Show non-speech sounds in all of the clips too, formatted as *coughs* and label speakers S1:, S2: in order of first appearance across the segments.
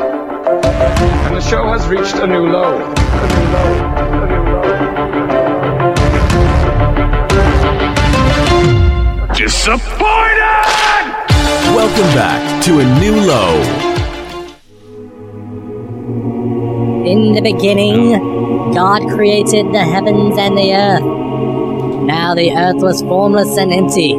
S1: And the show has reached a new low.
S2: Disappointed!
S3: Welcome back to a new low.
S4: In the beginning, God created the heavens and the earth. Now the earth was formless and empty.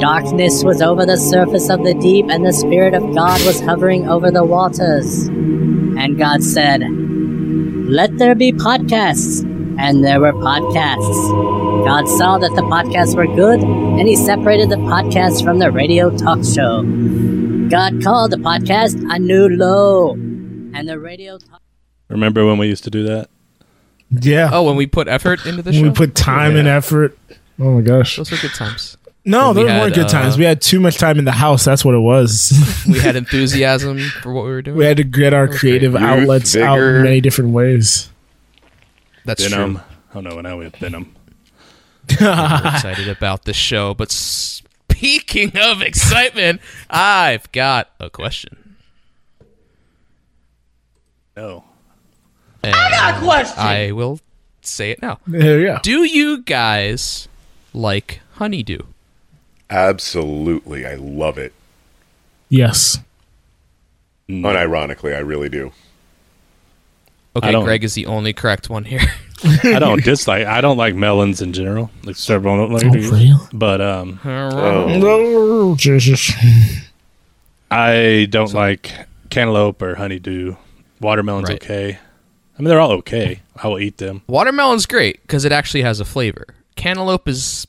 S4: Darkness was over the surface of the deep, and the Spirit of God was hovering over the waters. And God said, Let there be podcasts. And there were podcasts. God saw that the podcasts were good, and He separated the podcasts from the radio talk show. God called the podcast a new low, and the radio talk
S5: Remember when we used to do that?
S6: Yeah.
S7: Oh, when we put effort into the show,
S6: we put time and effort. Oh my gosh.
S7: Those were good times.
S6: No,
S7: we
S6: there
S7: had,
S6: weren't good times.
S7: uh,
S6: We had too much time in the house. That's what it was. *laughs*
S7: We had enthusiasm for what we were doing.
S6: we had to get our creative
S2: Youth,
S6: outlets out
S2: vigor.
S6: in many different ways.
S7: That's
S5: Venom.
S7: true.
S5: Oh no, now we have Venom.
S6: *laughs*
S7: We're excited about this show. But speaking of excitement, I've got a question.
S5: No.
S7: I got a question. I will say it now.
S6: There you go.
S7: Do you guys like honeydew?
S2: Absolutely. I love it.
S6: Yes.
S2: Unironically, I really do.
S7: Okay,
S5: I don't-
S7: Greg is the only correct one
S5: *laughs*
S7: here.
S6: *laughs*
S5: I don't dislike. I don't like melons in general. Like several don't like
S6: Oh,
S5: these.
S6: really?
S5: But um,
S6: Oh, Jesus.
S5: I don't like cantaloupe or honeydew. Watermelon's
S7: Right.
S5: okay. I mean, they're all okay. I will eat them.
S7: Watermelon's great because it actually has a flavor. Cantaloupe is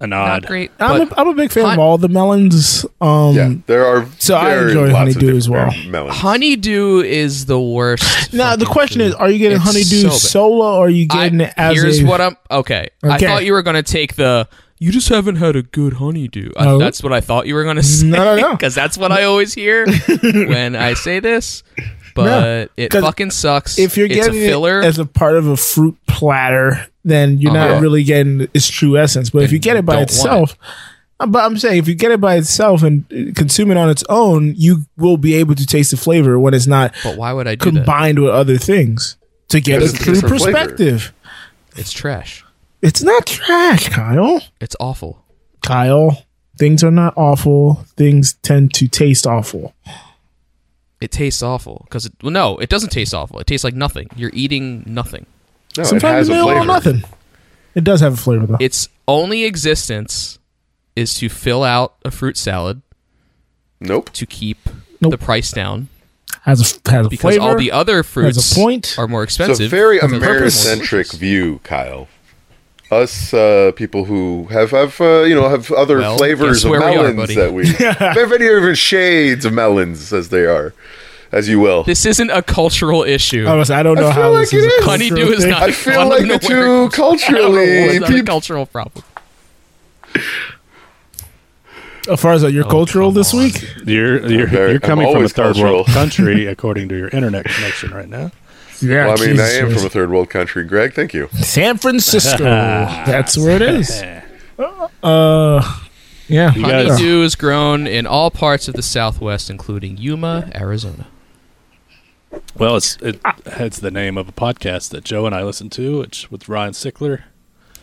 S5: An
S7: not
S5: odd.
S7: great.
S6: I'm
S7: but
S6: a, I'm a big fan
S7: hon-
S6: of all the melons. Um,
S2: Yeah, there are.
S6: So I
S2: there are
S6: enjoy
S2: lots
S6: honeydew
S2: of different
S6: as well.
S2: Melons.
S7: honeydew is
S6: *laughs*
S7: the worst.
S6: Now the
S7: fucking
S6: question
S7: food.
S6: is: Are you getting
S7: It's
S6: honeydew
S7: so bad.
S6: solo, or are you
S7: I-
S6: getting it as
S7: here's
S6: a?
S7: what I'm okay. I
S6: Okay.
S7: thought you were gonna take the. You just haven't had a good honeydew. I,
S6: No.
S7: That's what I thought you were gonna say.
S6: no,
S7: *laughs*
S6: no.
S7: Because that's what I
S6: *laughs*
S7: always hear when I say this. But it
S6: 'Cause
S7: fucking sucks.
S6: if you're
S7: it's
S6: getting
S7: a filler,
S6: it as a part of a fruit platter, then you're
S7: Uh-huh.
S6: not really getting its true essence. But if you get it by
S7: don't want it.
S6: itself, uh, but I'm saying if you get it by itself and uh, consume it on its own, you will be able to taste the flavor when it's not
S7: but why would I do that?
S6: combined with other things to get a
S2: Because it's a
S6: true
S2: different flavor.
S6: perspective.
S7: It's trash.
S6: It's not trash, Kyle.
S7: It's awful.
S6: Kyle, things are not awful. Things tend to taste awful.
S7: It tastes awful because it. Well, no, it doesn't taste awful. It tastes like nothing. You're eating nothing.
S2: No, it has
S6: Sometimes they
S2: a
S6: don't
S2: flavor.
S6: want nothing. It does have a flavor though.
S7: Its only existence is to fill out a fruit salad
S2: Nope.
S7: to keep
S6: Nope.
S7: the price down
S6: has a has a
S7: because
S6: flavor.
S7: all the other fruits
S6: point.
S7: are more
S2: It's
S7: expensive.
S2: a very
S7: and they're more
S2: Americentric
S7: delicious.
S2: view, Kyle. Us uh, people who have have uh, you know have other
S7: Well, guess
S2: flavors of
S7: where we are,
S2: melons
S7: buddy.
S2: that we have many different shades of melons as they are, as you will.
S7: This isn't a cultural issue.
S5: Oh,
S6: I, was, I don't know
S2: I
S6: how
S2: feel
S6: this
S2: like it
S6: is a
S2: is.
S6: cultural
S7: Honeydew is
S6: thing.
S7: not.
S2: I feel
S7: don't
S2: like
S7: know
S2: the
S7: where
S2: two
S7: it comes from. I don't know,
S2: culturally
S7: it's not a
S2: peop-
S7: cultural problem.
S6: As far as uh,
S2: Oh,
S6: your cultural this week,
S5: You're you're,
S2: very-
S5: you're
S2: I'm
S5: coming from a
S2: always
S5: third world
S2: cultural. *laughs*
S5: country, according to your internet connection
S7: *laughs*
S5: right now.
S6: yeah.
S2: Well, I mean,
S6: Jesus
S2: I am
S6: Christ.
S2: from a third world country, Greg. Thank you.
S6: San Francisco. *laughs* That's where it
S5: *laughs*
S6: is. Uh, yeah.
S5: You guys-
S7: Honeydew is grown in all parts of the Southwest, including Yuma, Arizona.
S5: Well, it's it, it's the name of a podcast that Joe and I listen to, which with Ryan Sickler,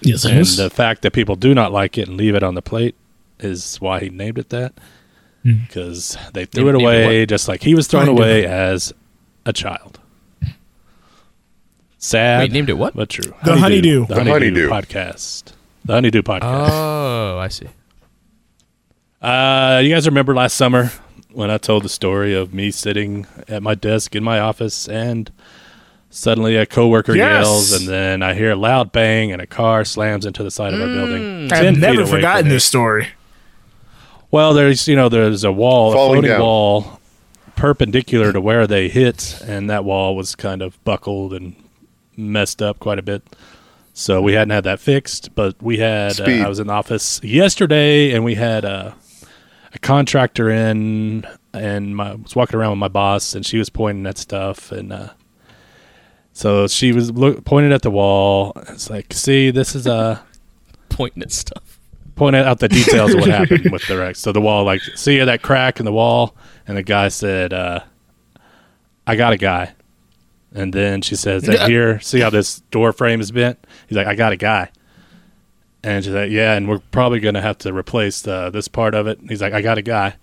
S6: Yes, it
S5: and
S6: is.
S5: the fact that people do not like it and leave it on the plate is why he named it that.
S6: Hmm.
S5: Because they threw
S7: Named-
S5: it
S7: named
S5: away, just like he was thrown
S6: Kind of.
S5: away as a child. Sad.
S7: Wait, named it what?
S5: But true.
S6: The Honeydew.
S5: The
S2: The
S5: Honeydew,
S2: Honeydew.
S5: podcast. The Honeydew podcast.
S7: Oh, I see.
S5: Uh, you guys remember last summer when I told the story of me sitting at my desk in my office and suddenly a coworker
S6: Yes.
S5: yells and then I hear a loud bang and a car slams into the side of our building. 10
S6: I've
S5: feet
S6: never
S5: away from
S6: forgotten
S5: me.
S6: this story.
S5: Well, there's you know there's a wall,
S2: Falling
S5: a floating
S2: down.
S5: wall, perpendicular to where they hit, and that wall was kind of buckled and messed up quite a bit. So we hadn't had that fixed, but we had. Uh,
S2: Speed.
S5: I was in the office yesterday, and we had uh, a contractor in, and my, I was walking around with my boss, and she was pointing at stuff, and uh, so she was look, pointed at the wall. It's like, see, this is a.
S7: Pointing at stuff.
S5: point out the details of what happened with the wreck. So the wall, like, see that crack in the wall, and the guy said, uh, "I got a guy," and then she says, "Hey, "Here, see how this door frame is bent?" He's like, "I got a guy," and she's like, "Yeah, and we're probably gonna have to replace the, this part of it." He's like, "I got a guy."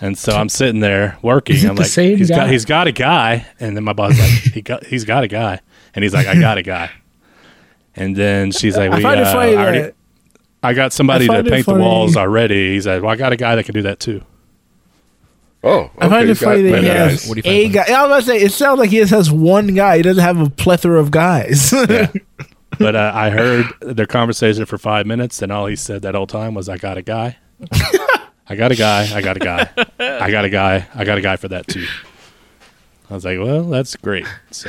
S5: And so I'm sitting there working.
S8: Is it
S5: I'm
S8: the
S5: like,
S8: same
S5: he's got
S8: guy?
S5: he's got a guy, and then my boss like, he got he's got a guy, and he's like, I got a guy, and then she's like, we,
S6: I find
S5: uh,
S6: it funny
S5: I already-
S6: that
S5: I got somebody
S6: I
S5: to
S6: find it
S5: paint the
S6: funny.
S5: walls already. He's like, well, I got a guy that can do that too.
S2: Oh, okay.
S6: I find it funny that
S2: got
S6: he
S2: many
S5: yeah.
S2: guys.
S6: has
S7: What do you find
S6: a guy. I was about to say it sounds like he just has one guy. He doesn't have a plethora of guys. *laughs*
S5: Yeah. but uh, I heard their conversation for five minutes, and all he said that whole time was, I got
S6: *laughs*
S5: a guy. I got a guy. I got a guy. I got a guy. I got a guy for that too. I was like, well, that's great. So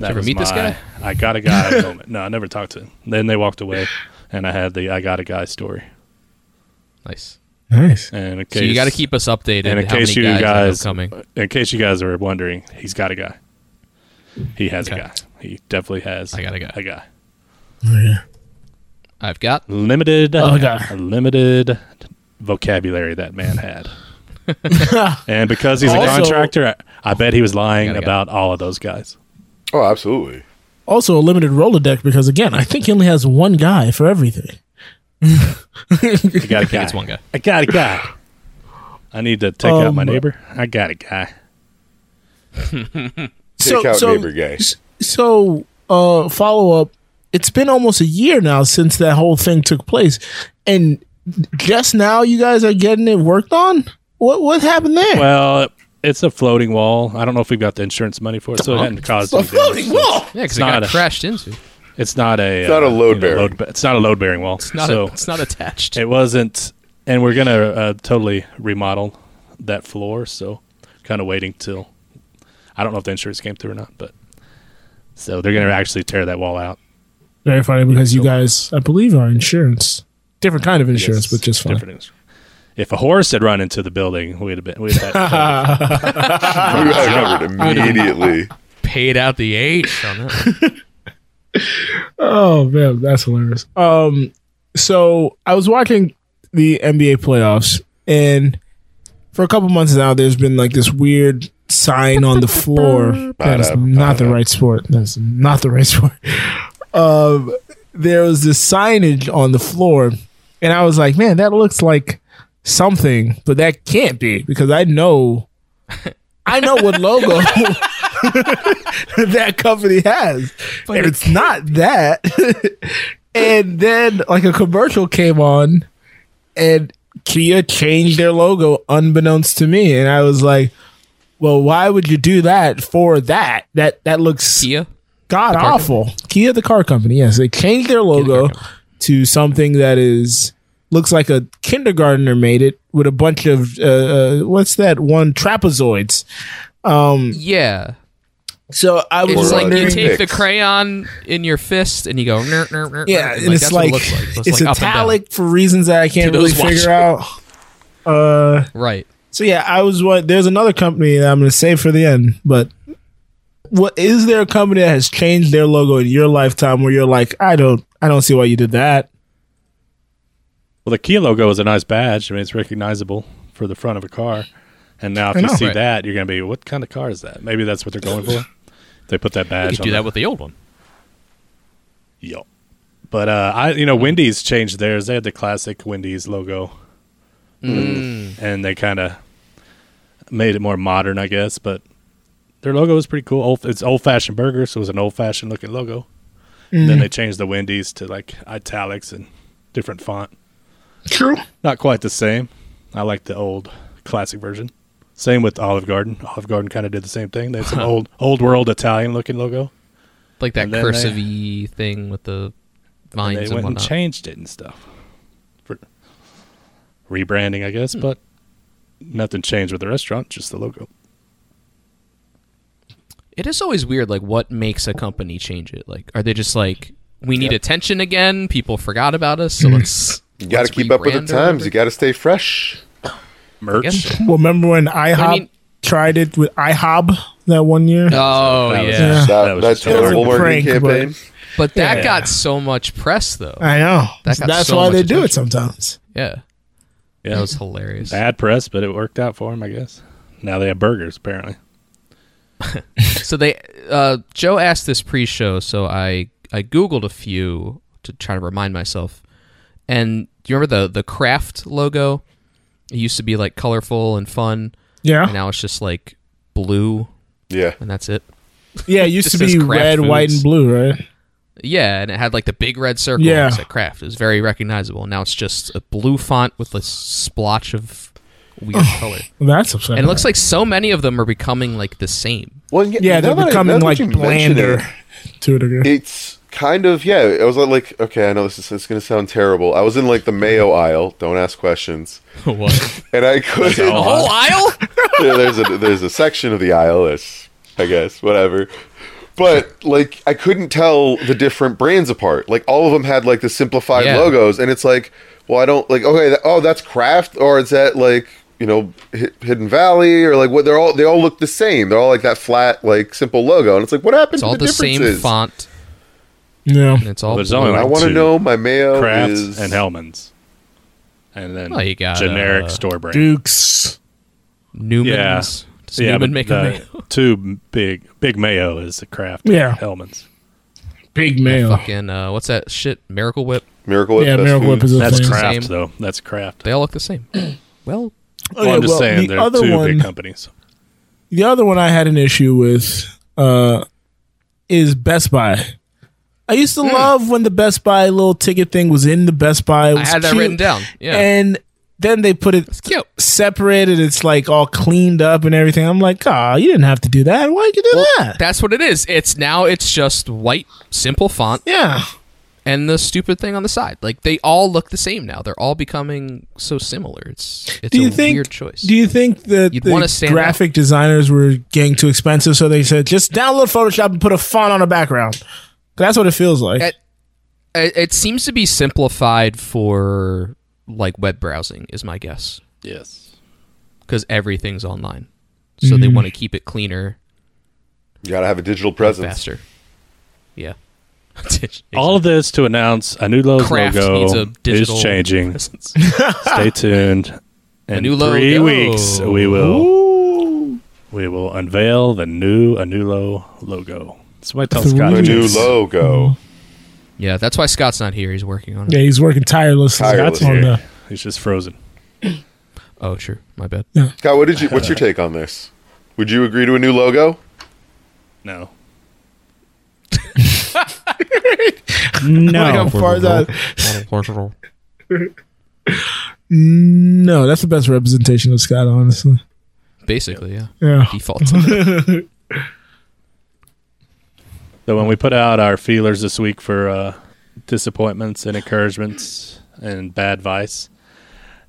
S5: that
S7: ever
S5: was
S7: meet
S5: my,
S7: this guy?
S5: I got
S7: *laughs*
S5: a guy moment. No, I never talked to him. Then they walked away, and I had the I got a guy story.
S7: Nice.
S6: nice.
S5: And in
S7: So you
S5: case-
S7: got to keep us updated.
S5: And in
S7: how
S5: case
S7: many
S5: you
S7: guys, I have
S5: guys-
S7: coming,
S5: in case you guys are wondering, he's got a guy. He has
S7: Okay.
S5: a guy. He definitely has.
S7: I got a guy.
S5: A guy.
S7: I've got
S5: limited
S8: Oh, God.
S5: limited vocabulary that
S6: *laughs*
S5: man had. and because he's
S6: Also-
S5: a contractor, I, I bet he was lying
S7: Gotta go.
S5: about all of
S7: *laughs*
S5: those guys.
S2: Oh, absolutely.
S8: Also a limited Rolodex because again, I think he only has one guy for everything.
S5: I got a guy.
S7: it's one guy.
S5: I got a guy. I need to take out my
S6: Um,
S5: neighbor. I got a guy.
S2: Take out neighbor guy. *laughs*
S6: So, uh, follow up. It's been almost a year now since that whole thing took place, and just now you guys are getting it worked on. What what happened there?
S5: Well, it's a floating wall. I don't know if we've got the insurance money for it, so it hadn't caused
S6: a
S5: any damage.
S6: floating wall.
S7: Yeah, because
S5: It's
S7: it got
S5: not a-
S7: crashed into.
S5: It's not a. It's
S2: not a load bearing.
S5: it's not a load bearing wall.
S7: It's not.
S5: so
S7: it's not attached.
S5: It wasn't, and we're gonna uh, totally remodel that floor. So, kind of waiting till I don't know if the insurance came through or not, but so they're gonna actually tear that wall out.
S8: Very funny because you guys, I believe, are insurance. Different kind of insurance,
S5: Yes,
S8: but just fine.
S5: different ins- If a horse had run into the building, we'd have been. We'd have had
S2: We got covered immediately.
S7: Paid out the H on that. one.
S6: Oh man, that's hilarious. Um, so I was watching the NBA playoffs, and for a couple months now, there's been like this weird sign on the
S5: *laughs*
S6: floor. That is not the right sport. That's not the right *laughs* sport. Um, there was this signage on the floor, and I was like, man, that looks like something, but that can't be because I know, I know what logo. *laughs* that company has. But and it's not that. *laughs* and then like a commercial came on and Kia changed their logo unbeknownst to me. And I was like, well, why would you do that for that? That that looks
S5: *laughs*
S7: Kia.
S6: god
S7: car
S6: awful. Kia the car company. Yes, they changed their logo to something that is looks like a kindergartner made it with a bunch of uh, uh, what's that one trapezoids.
S7: Yeah,
S6: So I was
S7: it's
S2: Or, uh,
S7: like E you
S6: wondering-
S7: take the
S2: Olympics.
S7: crayon in your fist and you go. "Ner, ner, ner,
S6: Yeah,
S7: ner,"
S6: and it's
S7: that's what
S6: like,
S7: it looks like. So
S6: it's,
S7: like up and down.
S6: italic for reasons that I can't
S7: To
S6: really
S7: those
S6: figure out. Uh,
S7: Right.
S6: so yeah, I was what there's another company that I'm going to save for the end, but what is there a company that has changed their logo in your lifetime where you're like, I don't, I don't see why you did that.
S5: well, the Kia logo is a nice badge. I mean, it's recognizable for the front of a car. And now, if
S6: I
S5: you
S6: know.
S5: see
S7: Right.
S5: that, you're gonna be, what kind of car is that? Maybe that's what they're going for. they put that badge.
S7: You could
S5: on
S7: do
S5: the-
S7: that with the old one.
S5: Yo. But uh, I, you know, Wendy's changed theirs. They had the classic Wendy's logo, and they kind of made it more modern, I guess. But their logo was pretty cool. Old, it's old fashioned burger, so it was an old fashioned looking logo. And then they changed the Wendy's to like italics and different font.
S6: True.
S5: Not quite the same. I like the old classic version. Same with Olive Garden. Olive Garden kind of did the same thing. They had some old old world Italian looking logo.
S7: Like that
S5: And then they-
S7: cursive thing with the
S5: and
S7: vines
S5: they
S7: and,
S5: went
S7: whatnot.
S5: and changed it and stuff for rebranding, I
S7: Hmm.
S5: guess. But nothing changed with the restaurant, just the logo.
S7: It is always weird, like what makes a company change it. Like, are they just like, we need attention again? People forgot about us, so let's.
S2: You got to
S7: let's
S2: keep up with the
S7: rebrand or
S2: times.
S7: whatever?
S2: You got to stay
S6: *laughs*
S2: fresh.
S5: Merch.
S7: Guess-
S6: Well, remember when IHOP
S7: I mean-
S6: tried it with IHOB that one year?
S7: Oh
S5: That
S7: yeah.
S5: was
S2: That,
S5: just-
S2: that,
S5: was just
S2: terrible
S6: terrible.
S2: marketing
S6: Prank, but-
S2: campaign.
S7: but that
S5: Yeah.
S7: got so much press though.
S6: I know.
S7: That got
S6: That's
S7: so
S6: why
S7: much
S6: they do it sometimes.
S7: Yeah.
S5: Yeah,
S7: That was hilarious.
S5: *laughs* bad press, but it worked out for him, I guess. Now they have burgers, apparently.
S7: So they uh, Joe asked this pre-show, so I I googled a few to try to remind myself. And do you remember the the Kraft logo? It used to be like colorful and fun, and
S6: Yeah,
S7: now it's just like blue,
S2: Yeah.
S7: and that's it.
S6: yeah. It used
S7: Just
S6: to be
S7: says Kraft
S6: red, white,
S7: Foods.
S6: and blue, right?
S7: Yeah, and it had like the big red circle.
S6: Yeah.
S7: Yeah, at Kraft. It was very recognizable. Now it's just a blue font with a splotch of weird color,
S6: Well, that's upsetting.
S7: and it looks like so many of them are becoming like
S2: *laughs*
S7: the same.
S2: Well,
S6: yeah, they're
S2: now that I-
S6: becoming
S2: now that
S6: like
S2: you mention
S6: blander
S2: it,
S6: to a degree.
S2: it's kind of yeah. I was like, okay, I know this is it's gonna sound terrible. I was in like the mayo aisle. Don't ask questions.
S7: what?
S2: And I couldn't.
S7: The whole aisle?
S2: Yeah, there's a there's a section of the aisle that's I guess whatever. But like I couldn't tell the different brands apart. Like all of them had like the simplified
S7: Yeah.
S2: logos, and it's like, well, I don't like okay, that, oh that's Kraft, or is that like you know Hi- Hidden Valley, or like what? They're all they all look the same. They're all like that flat, like simple logo, and it's like what happened
S7: It's
S2: to
S7: all the, same
S2: differences?
S7: font,
S6: Yeah,
S7: and it's all
S5: There's
S7: blue.
S5: only
S2: I
S5: like
S2: want to
S5: two.
S2: know my mayo
S5: Kraft
S2: is
S5: and Hellman's. And then
S7: Well, you got,
S5: generic
S7: uh,
S5: store brand.
S6: Dukes.
S7: Newman's. Does Newman
S5: but
S7: make
S5: the
S7: a mayo?
S5: Two big big mayo is the Kraft
S6: Yeah.
S5: Hellman's.
S6: Big male.
S7: Fucking uh, what's that shit? Miracle Whip.
S2: Miracle Whip.
S6: Yeah,
S2: Best
S6: Miracle Whip
S2: Foods.
S6: is a
S5: That's
S6: thing.
S7: Same.
S5: Kraft though. That's Kraft.
S7: They all look the same. well,
S5: Well, I'm just
S6: Oh, well,
S5: saying
S6: the
S5: they're
S6: other
S5: two
S6: one-
S5: big companies.
S6: The other one I had an issue with uh, is Best Buy. I used to love when the Best Buy little ticket thing was in the Best Buy. It
S7: Hmm. I
S6: was
S7: had that
S6: cute.
S7: written down. Yeah,
S6: And then they put it
S7: cute.
S6: separated. It's like all cleaned up and everything. I'm like, ah, you didn't have to do that. Why'd you do that?
S7: That's what it is. It's now it's just white, simple font,
S6: Yeah.
S7: and the stupid thing on the side. Like they all look the same now. They're all becoming so similar. It's it's
S6: Do you
S7: a
S6: think?
S7: weird choice.
S6: Do you think that
S7: You'd wanna
S6: the
S7: stand
S6: graphic designers were getting too expensive, so they said just download Photoshop and put a font on a background? That's what it feels like.
S7: That- it, it seems to be simplified for like web browsing, is my guess,
S5: Yes.
S7: because everything's online. So they
S6: Mm-hmm.
S7: want to keep it cleaner,
S2: You gotta have a digital presence.
S7: faster. Yeah. *laughs*
S5: All of this to announce a new Lowe's
S7: Kraft needs a
S5: logo is
S7: digital *laughs*
S5: changing.
S7: presence.
S5: Stay tuned. In
S7: new
S5: three
S7: logo.
S5: weeks, we will we will unveil the new Anulo logo. Somebody tell Scott.
S2: The
S5: to
S2: new
S5: fix-
S7: Mm-hmm.
S2: logo.
S7: Yeah, that's why Scott's not here. He's working on it.
S6: yeah, he's working tirelessly.
S2: Tireless.
S5: Oh,
S6: on the-
S5: He's just frozen.
S7: Oh, sure. My bad.
S2: Scott, what did you? What's your take on this? Would you agree to a new logo?
S5: No.
S6: *laughs* Like,
S8: No.
S6: I'm far as I-
S7: That's
S6: No, that's the best representation of Scott, honestly.
S7: Basically, yeah.
S6: Yeah.
S7: Default.
S6: *laughs*
S5: So when we put out our feelers this week for uh, disappointments and encouragements and bad advice,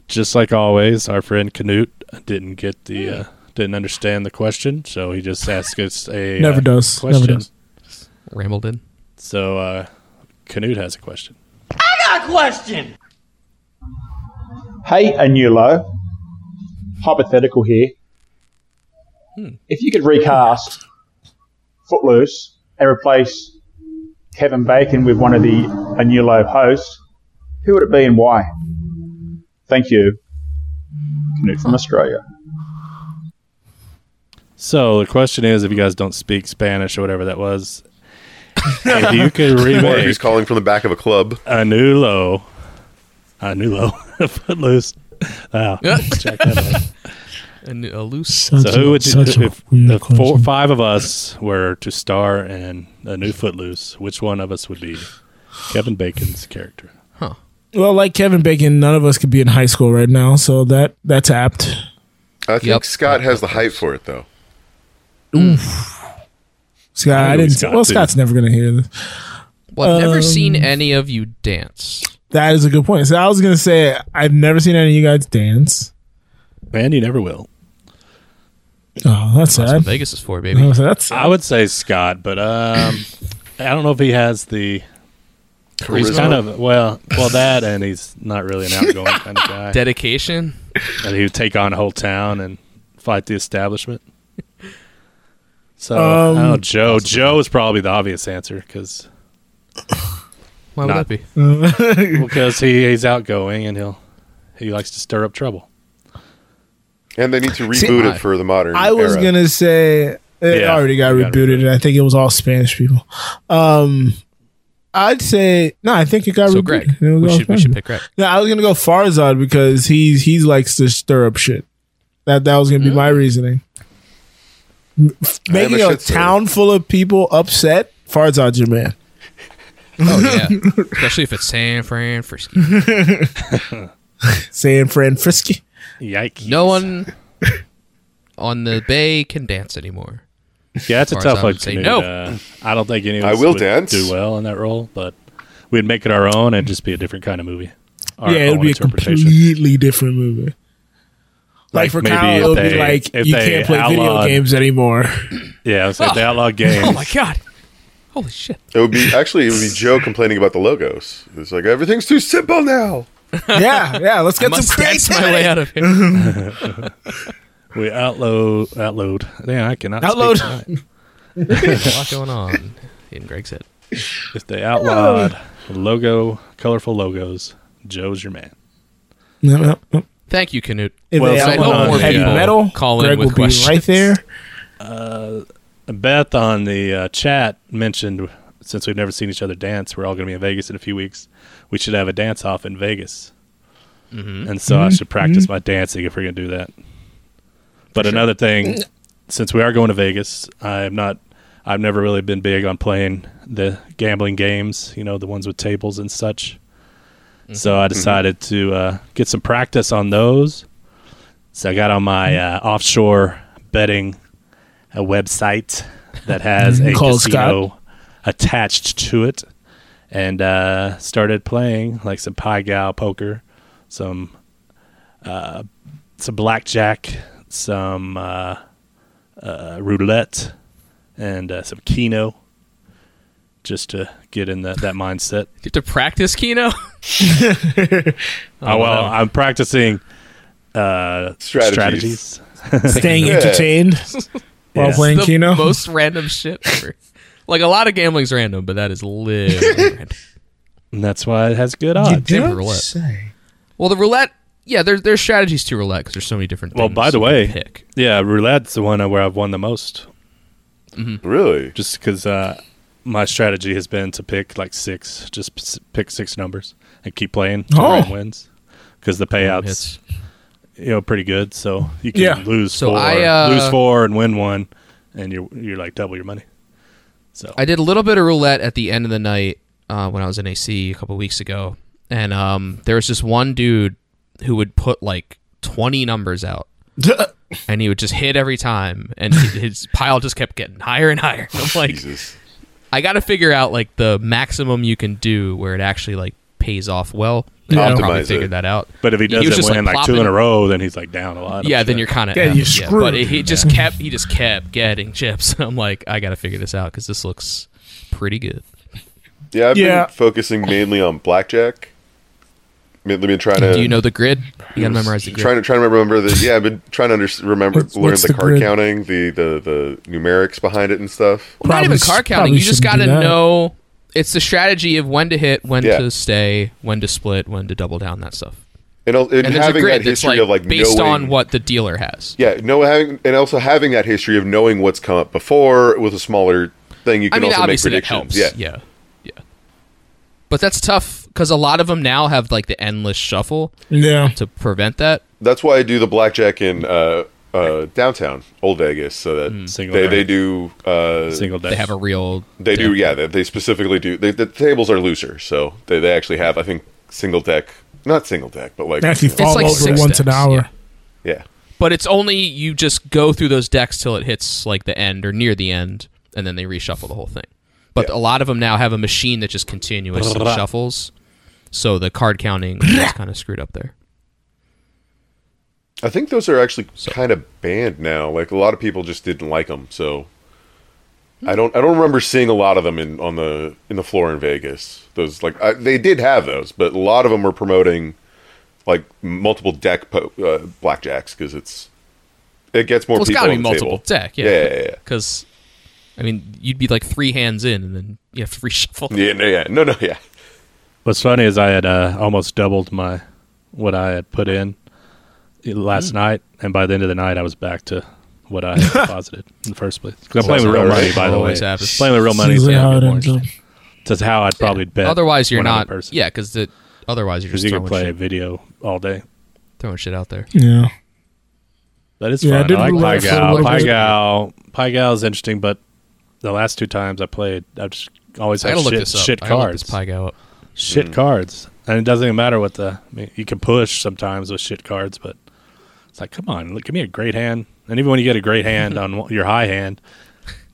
S5: just like always, our friend Canute didn't get the
S6: Hmm.
S5: uh, didn't understand the question, so he just asked us a
S6: Never
S5: uh,
S6: does. Never
S5: question.
S6: does. *laughs*
S7: Rambled in.
S5: So uh, Canute has a question.
S9: Hey, Anulo. Hypothetical here. If you could recast Footloose and replace Kevin Bacon with one of the Anulo hosts, who would it be and why? Thank you. Canute from Australia.
S5: So the question is, if you guys don't speak Spanish or whatever that was, if you could
S2: Or
S5: remake
S2: he's calling from the back of a club.
S5: a new low, a new low, *laughs* footloose. Wow. Check that out.
S7: And uh, a loose.
S6: Such
S5: So who
S6: a-
S5: would you,
S6: such a
S5: if
S6: weird
S5: the four,
S6: question.
S5: five of us were to star in a new Footloose, which one of us would be Kevin Bacon's character?
S6: Well, like Kevin Bacon, none of us could be in high school right now, so that that's apt.
S2: I think
S7: Yep.
S2: Scott has the hype for it though.
S6: Scott, I,
S5: knew
S6: didn't.
S5: Scott
S6: well,
S5: did.
S6: Scott's never going to hear this.
S7: Well, I've never
S6: Um,
S7: seen any of you dance.
S6: That is a good point. So I was going to say I've never seen any of you guys dance.
S5: Man, you never will.
S6: Oh, that's
S7: That's what
S6: sad.
S7: Vegas is for,
S6: Oh,
S7: baby.
S6: so that's
S7: *laughs*
S5: I would say Scott, but um, *coughs* I don't know if he has the. He's kind of well, well that, and he's not really an outgoing kind of *laughs* guy.
S7: Dedication.
S5: And he would take on a whole town and fight the establishment. So,
S6: Um,
S5: I don't know, Joe. Joe is probably the obvious answer because
S7: Why would that
S5: Not-
S7: be?
S5: because he, he's outgoing and he'll He likes to stir up trouble.
S2: And they need to
S6: See,
S2: reboot
S7: I-
S2: it for the modern.
S6: I was
S2: era.
S6: gonna say it
S5: Yeah,
S6: already got
S5: it got
S6: rebooted, and I think it was all Spanish people. Um, I'd say no. I think it got
S7: So
S6: rebooted.
S7: Greg,
S6: It was
S7: we
S6: all
S7: should we
S6: Spanish
S7: should
S6: people. *laughs*
S7: pick Greg.
S6: No, I was gonna go Farzad because he's he likes to stir up shit. That that was gonna be my reasoning. M- f-
S2: I am
S6: Making
S2: a
S6: a,
S2: shit stirrer.
S6: town full of people upset, Farzad's your man.
S7: Oh yeah, especially if it's San Fran Frisky.
S6: San Fran Frisky.
S5: Yikes!
S6: *laughs*
S7: No one on the bay can dance anymore.
S5: Yeah, that's a
S7: Farzad
S5: tough one.
S7: would say
S5: to do.
S7: no.
S5: Uh, I don't think any of
S2: I
S5: us
S2: will
S5: would
S2: dance.
S5: do well in that role, but we'd make it our own and just be a different kind of movie. Our
S6: yeah, it
S5: own
S6: would be a
S5: interpretation.
S6: completely different movie. Like,
S5: Like,
S6: for
S5: maybe
S6: Kyle, it
S5: if
S6: would be
S5: they-
S6: like
S5: if
S6: you
S5: they
S6: can't play video
S5: outlawed-
S6: games anymore.
S5: Yeah, it was like the outlaw game.
S7: *laughs* Oh my god! Holy shit!
S2: It would be actually it would be Joe complaining about the logos. It's like everything's too simple now.
S6: *laughs* yeah, yeah. Let's get
S7: Must
S6: some
S7: dance
S6: creativity.
S7: my way out
S6: *laughs*
S7: of here.
S5: We outload, outload. Yeah, I cannot
S6: Outload.
S5: outload. Speak tonight.
S7: What's going on in Greg's head?
S5: if they outlawed logo, colorful logos, Joe's your man.
S6: *laughs* No, no, no.
S7: Thank you, Canute.
S6: If
S5: Well,
S6: they
S5: so
S6: have
S5: I hope
S6: on
S5: more
S6: heavy
S5: people
S6: metal,
S7: call in
S6: Greg
S7: with
S6: will be right
S7: questions.
S6: there.
S5: Beth on the uh, chat mentioned since we've never seen each other dance, we're all going to be in Vegas in a few weeks. We should have a dance off in Vegas, and so I should practice my dancing if we're going to do that. But another thing, since we are going to Vegas, I am not. I've never really been big on playing the gambling games, you know, the ones with tables and such. So I decided to uh, get some practice on those. So I got on my uh, offshore betting a website that has a
S6: Called
S5: casino attached to it, and uh, started playing like some pie gal poker, some uh, some blackjack, some uh, uh, roulette, and uh, some keno, just to get in that that mindset.
S7: You have to practice Kino.
S5: Oh, well, I'm practicing uh,
S2: Strategies.
S5: strategies.
S6: Staying
S2: Yeah.
S6: entertained while
S5: Yeah.
S6: playing
S7: *laughs* the
S6: Keno.
S7: most random shit ever. like a lot of gambling's random, but that is literally random.
S5: And that's why it has good odds.
S7: Same for roulette. Well, the roulette, yeah, there's there's strategies to roulette because there's so many different.
S5: Well,
S7: things
S5: by the
S7: you can
S5: way,
S7: pick.
S5: yeah, roulette's the one where I've won the most,
S2: Really?
S5: just because uh, my strategy has been to pick like six, just p- pick six numbers and keep playing to
S6: Oh.
S5: win wins, because the payouts
S7: It's-
S5: you know pretty good. So you can
S6: Yeah.
S5: lose
S7: So
S5: four,
S7: I, uh,
S5: lose four, and win one, and you're you're like double your money. So
S7: I did a little bit of roulette at the end of the night uh, when I was in AC a couple weeks ago, and um, there was this one dude who would put like 20 numbers out,
S6: uh,
S7: and he would just hit every time, and hi- his pile just kept getting higher and higher. *laughs* I'm like,
S2: Jesus.
S7: I got to figure out like the maximum you can do where it actually like pays off well. And I'll probably
S2: Optimize it.
S7: figure that out.
S5: but if he
S7: he was
S5: doesn't
S7: just, like,
S5: win like, two
S7: plopping-
S5: in a row, then he's like down a lot. I'm
S7: yeah, then
S5: sure.
S7: you're kind of
S6: Yeah, you're
S7: But
S6: screwed.
S7: he- he just kept he just kept getting chips. *laughs* I'm like, I got to figure this out because this looks pretty good.
S2: Yeah, I've
S6: Yeah.
S2: been focusing mainly on blackjack. I mean, I've been trying to.
S7: Do you know the grid? You gotta memorize the grid.
S2: Trying to trying to remember the yeah, I've been trying to under, remember
S6: What's-
S2: learn
S6: what's
S2: the
S6: the
S2: card
S6: grid?
S2: counting, the, the the numerics behind it and stuff.
S7: Well, not
S6: Probably
S7: even
S6: s-
S7: car counting.
S6: probably
S7: You just got
S6: shouldn't
S7: to
S6: do that.
S7: know. It's the strategy of when to hit, when
S2: Yeah.
S7: to stay, when to split, when to double down. That stuff.
S2: And, al- and,
S7: And there's a
S2: having
S7: grid
S2: that
S7: that's
S2: history
S7: like,
S2: of like
S7: based
S2: knowing,
S7: on what the dealer has.
S2: yeah, no having and also having that history of knowing what's come up before with a smaller thing, you
S7: I
S2: can
S7: mean,
S2: also make
S7: obviously that
S2: predictions.
S7: helps.
S2: Yeah,
S7: yeah, yeah. But that's tough because a lot of them now have like the endless shuffle
S6: Yeah.
S7: to prevent that.
S2: that's why I do the blackjack in uh, uh, downtown Old Vegas, so that
S7: Hmm.
S5: Single
S2: they,
S5: dice.
S2: they do uh,
S5: single day.
S7: They have a real.
S2: they do yeah they, they specifically do they, the tables are looser, so they, they actually have I think single deck not single deck but
S6: *laughs*
S2: like
S6: Actually fall
S7: like
S6: over
S7: six
S6: once an
S7: steps,
S6: hour.
S7: yeah.
S2: yeah
S7: But it's only you just go through those decks till it hits like the end or near the end, and then they reshuffle the whole thing. But a lot of them now have a machine that just continuously
S5: Brrrra.
S7: shuffles, so the card counting is kind of screwed up there.
S2: I think those are actually kind of banned now. Like a lot of people just didn't like them, so I don't. I don't remember seeing a lot of them in on the in the floor in Vegas. Those like I, they did have those, but a lot of them were promoting like multiple deck po- uh, blackjacks because it's it gets more
S7: Well, it's
S2: people.
S7: got to be
S2: on the table.
S7: multiple deck, yeah.
S2: Yeah, yeah, yeah.
S7: Because, I mean, you'd be like three hands in, and then you have to *laughs* reshuffle.
S2: Yeah, no, yeah, no, no, yeah.
S5: What's funny is I had uh, almost doubled my what I had put in
S7: Mm.
S5: last night, and by the end of the night, I was back to what
S7: *laughs*
S5: I had deposited in the first place. 'Cause I'm playing with real
S2: Alright.
S5: money, by the way.
S7: Always happens.
S5: Playing with real money, so
S6: Usually how
S5: I
S6: it
S5: get more
S6: ends up.
S5: interesting. That's how I'd probably bet.
S7: Otherwise, you're
S5: when I'm in
S7: not.
S5: person.
S7: Yeah, because otherwise you're
S5: because
S7: just
S5: you
S7: throwing
S5: can play
S7: shit,
S5: video all day.
S7: throwing shit out there.
S6: Yeah.
S5: But it's
S6: Yeah, I
S5: fun.
S6: did
S5: I, like
S6: roulette for
S5: PyGal.
S6: like-
S5: PyGal. PyGal is interesting, but the last two times I played, I've just always
S7: I
S5: had
S7: gotta look
S5: shit,
S7: this up.
S5: shit
S7: I gotta look this
S5: cards.
S7: pie guy up.
S2: Mm.
S5: Shit cards. And it doesn't even matter what the. I mean, you can push sometimes with shit cards, but it's like, come on, look, give me a great hand. And even when you get a
S2: *laughs*
S5: great hand on one- your high hand,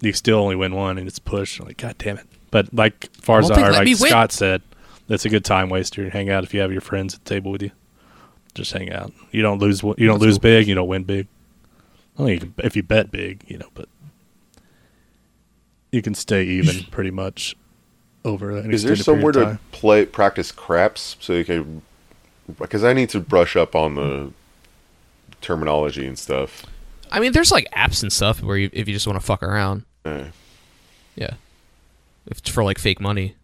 S5: you still only win one, and it's push. I'm like, god damn it. But like, far as
S7: Won't they
S5: our,
S7: let
S5: like
S7: me win?
S5: Scott said, that's a good time waster. Hang out if you have your friends at the table with you. Just hang out. You don't lose. You don't lose big. You don't win big. I think you can, if you bet big, you know, but you can
S2: *laughs*
S5: stay even pretty much over. An
S2: Is there
S5: extended period of
S2: somewhere to
S5: time.
S2: play practice craps so you can? Because I need to brush up on the terminology and stuff.
S7: I mean, there's like apps and stuff where you, if you just want to fuck around. Yeah. If it's for like fake money.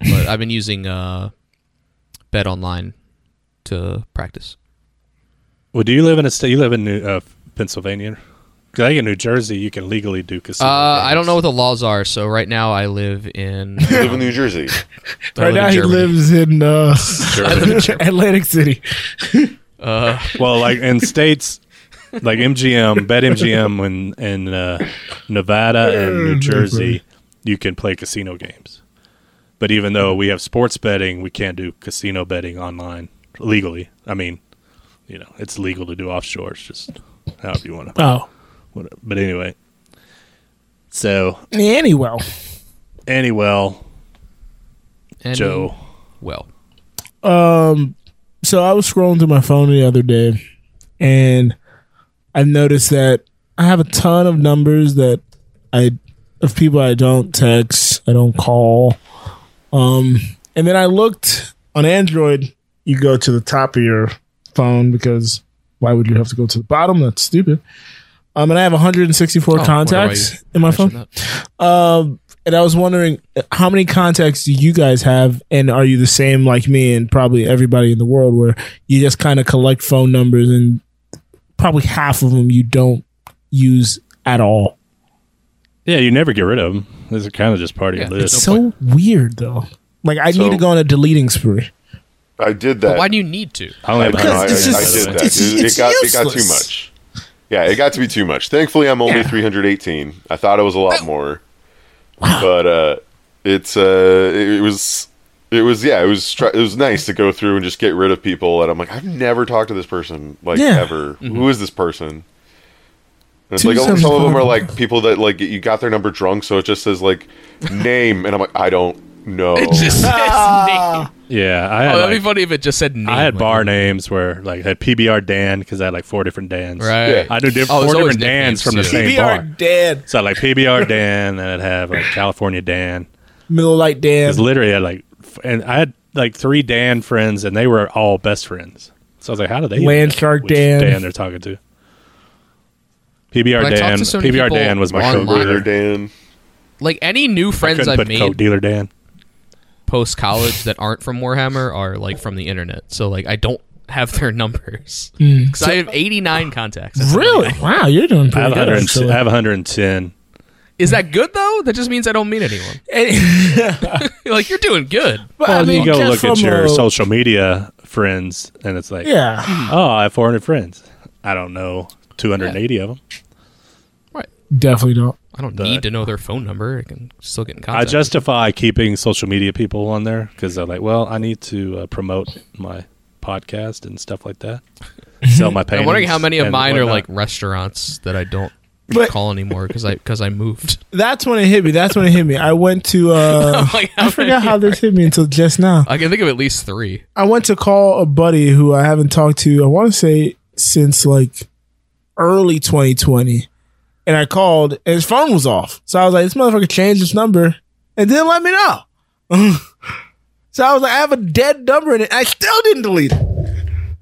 S7: But
S5: *laughs*
S7: I've been using uh, Bet Online to practice.
S5: Well, do you live in a state? You live in New, uh, Pennsylvania. 'Cause I think in New Jersey you can legally do
S7: Uh,
S5: casino.
S7: I
S5: games.
S7: don't know what the laws are, so right now I live
S5: *laughs*
S7: in.
S2: You live in New Jersey.
S6: Right
S7: I live in
S6: now he
S7: Germany.
S6: lives in uh,
S7: I live in *laughs* Germany.
S6: *laughs* Atlantic City.
S5: Well, like in states like MGM, BetMGM, in in uh, Nevada and New Jersey, you can play casino games. But even though we have sports betting, we can't do casino betting online legally. I mean, you know, it's legal to do offshore. It's just however you want to.
S6: Oh.
S5: But anyway, so
S6: Anyway.
S5: anyway,
S7: And-
S5: Joe.
S7: Well,
S6: Um, so I was scrolling through my phone the other day, and I noticed that I have a ton of numbers that I of people I don't text, I don't call. Um, and then I looked on Android. You go to the top of your phone because why would you have to go to the bottom? That's stupid. Um, and I have 164
S7: Oh, I wonder why you
S6: contacts in my phone.
S7: mentioned
S5: *laughs*
S7: that.
S6: Um, and I was wondering uh, how many contacts do you guys have, and are you the same like me and probably everybody in the world, where you just kind of collect phone numbers and probably half of them you don't use at all.
S5: Yeah, you never get rid of them. This is kind of just part of your
S7: Yeah.
S5: list.
S7: It's
S6: so weird though. Like I
S2: So-
S6: need to go on a deleting spree.
S2: I did that.
S7: but why do you need to?
S6: *laughs*
S5: I only have
S2: I,
S5: a hundred
S2: I-
S6: Because it's
S2: I- I
S6: just-
S2: did that.
S6: it's-
S2: It-
S6: it's
S2: it got it got too
S6: useless.
S2: much. Yeah, it got to be too much. Thankfully, I'm only 318. I thought it was a lot more, but uh, it's uh, it, it was it was yeah, it was tr- it was nice to go through and just get rid of people. And I'm like, I've never talked to this person like
S6: Yeah.
S2: ever. Who is this person? And it's
S6: Two
S2: like oh,
S6: seventy
S2: some of them
S6: five.
S2: are like people that like you got their number drunk, so it just says like name, and I'm like, I don't know.
S7: *laughs*
S5: Yeah, Oh. I had,
S7: Oh, that'd
S5: like,
S7: be funny if it just said name.
S5: I had
S7: like-
S5: bar
S6: uh,
S5: names where like I had PBR Dan because I had like four different Dans.
S7: Right.
S5: I knew diff-
S7: Oh,
S5: four
S7: there's always
S5: different Dans
S7: nicknames,
S5: from the
S7: too.
S5: same bar.
S6: dead.
S5: So I had, like PBR Dan, and I'd have like California Dan.
S6: Middle light dead.
S5: It's literally had like, f- and I had like three Dan friends, and they were all best friends. So I was like, how do they even
S6: Land
S5: know
S6: Shark
S5: which
S6: Dan.
S5: Dan they're talking to? PBR
S7: But I talked
S5: Dan.
S7: to so many
S5: PBR
S7: people
S5: Dan was my
S7: online.
S5: *laughs*
S2: Brother
S5: co-dealer.
S2: Dan.
S7: Like any new
S5: I
S7: friends
S5: couldn't
S7: I've
S5: put
S7: made
S5: coke dealer Dan.
S7: post college that aren't from Warhammer are like from the internet. So like I don't have their *laughs* numbers because I have 89 contacts. That's
S6: Hmm. Really? Wow, you're doing
S5: I
S6: pretty
S5: have,
S6: good.
S5: 100
S6: actually.
S5: I have 110.
S7: Is that good though? That just means I don't meet anyone. *laughs* like you're doing good.
S6: *laughs* But
S5: Well, you go
S6: just
S5: look at
S6: from
S5: your
S6: a-
S5: social media friends, and it's like,
S6: Yeah,
S5: oh, I have 400 friends. I don't know 280 of them.
S6: definitely don't.
S7: I don't
S5: But-
S7: need to know their phone number. I can still get in
S5: I
S7: contact.
S5: justify keeping social media people on there because I'm like, well, I need to uh, promote my podcast and stuff like that. Sell my
S7: *laughs*
S5: paintings.
S7: I'm wondering how many of
S5: and
S7: mine are
S5: whatnot.
S7: like restaurants that I don't
S6: But-
S7: call anymore because I because I moved.
S6: That's when it hit me. That's when it hit me. I went to.
S7: *laughs*
S6: uh
S7: Like,
S6: I forgot how this hit me until just now.
S7: I can think of at least three.
S6: I went to call a buddy who I haven't talked to, I want to say since like early 2020. And I called and his phone was off. So I was like, this motherfucker changed his number and didn't let me know. *laughs* so I was like, I have a dead number in it. I still didn't delete it.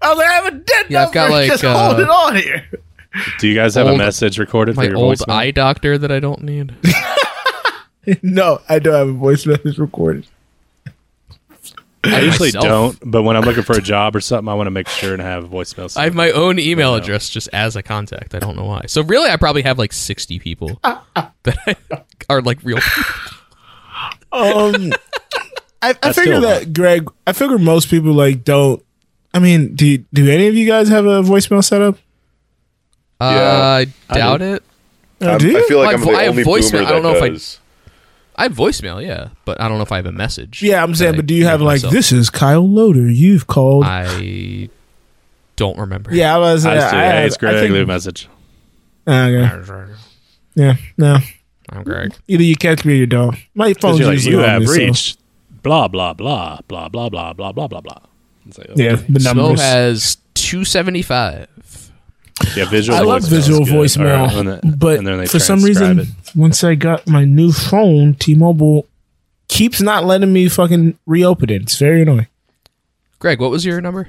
S6: I was like, I have a dead
S7: Yeah,
S6: number. *laughs*
S7: I've got, like,
S6: just
S7: uh,
S6: holding on here. *laughs*
S5: Do you guys have
S7: old-
S5: a message recorded for
S7: My
S5: your
S7: old
S5: voicemail?
S7: eye doctor that I don't need.
S6: No, I don't have a voice message recorded.
S5: *laughs* I usually
S7: myself.
S5: don't, but when I'm looking for a job or something, I want to make sure and have voicemail.
S7: I have
S5: saved.
S7: my own email address just as a contact. I don't know why. So really, I probably have like sixty people that *laughs* are like real.
S6: Um, *laughs* I, I figure
S5: still a
S6: that Greg. I figure most people like don't. I mean, do do any of you guys have a voicemail set up?
S7: Uh, I doubt it.
S6: Uh,
S2: I'm-
S6: do you?
S2: Um, I feel like
S7: I
S2: I'm
S7: vo-
S2: the
S7: I have
S2: only
S7: voicemail.
S2: boomer
S7: I
S2: that
S7: don't know if I-
S2: does.
S7: I have voicemail, yeah, but I don't know if I have a message.
S6: yeah, I'm saying,
S7: that I
S6: but do you have
S7: make
S6: like
S7: myself.
S6: this is Kyle Loader? You've called.
S7: I don't remember.
S6: yeah, I was.
S5: I
S6: I,
S5: just do,
S6: I,
S5: hey,
S6: have-
S5: it's Greg.
S6: I think-
S5: leave a message.
S6: Ah, okay.
S7: I'm
S6: Yeah, no.
S7: Oh, Greg.
S6: Either you catch me or you don't. My phone's
S5: Because you're like,
S6: usually
S5: you
S6: on
S5: have
S6: me, so-
S5: reached blah blah blah blah blah blah blah blah blah blah. It's like, oh,
S6: Yeah,
S5: okay.
S6: the
S7: Smo
S6: numbers.
S7: has two seventy five.
S5: yeah. Visual.
S6: I love
S5: voicemail
S6: visual
S5: is good.
S6: voicemail,
S5: All right, and then-
S6: but
S5: and then they
S6: for some
S5: transcribe
S6: reason,
S5: it.
S6: once I got my new phone, T-Mobile keeps not letting me fucking reopen it. It's very annoying.
S7: Greg, what was your number?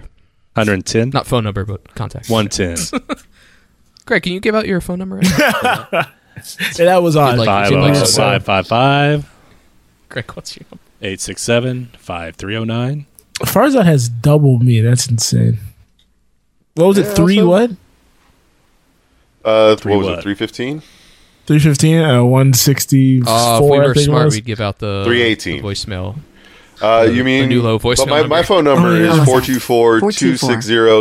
S5: 110,
S7: Not phone number, but contact.
S5: 110,
S7: Greg, can you give out your
S6: *laughs*
S7: phone number?
S6: And that was odd.
S7: *laughs* like-
S5: five
S7: seem like
S5: oh
S7: someone-
S5: five five five
S7: Greg, what's your number?
S5: eight six seven five three zero nine.
S6: Farzad has doubled me. That's insane. What was it? Three what?
S2: Uh,
S5: Three
S2: what was
S5: what?
S2: it? Three fifteen?
S6: Three fifteen? Uh, one sixty
S7: Uh, if we
S6: four. I
S7: were
S6: think it
S7: smart,
S6: was.
S7: we'd give out the,
S2: 318.
S7: the voicemail.
S2: Uh, you mean
S7: new low voicemail
S2: But my,
S7: number.
S2: my phone number
S6: Oh, yeah.
S2: is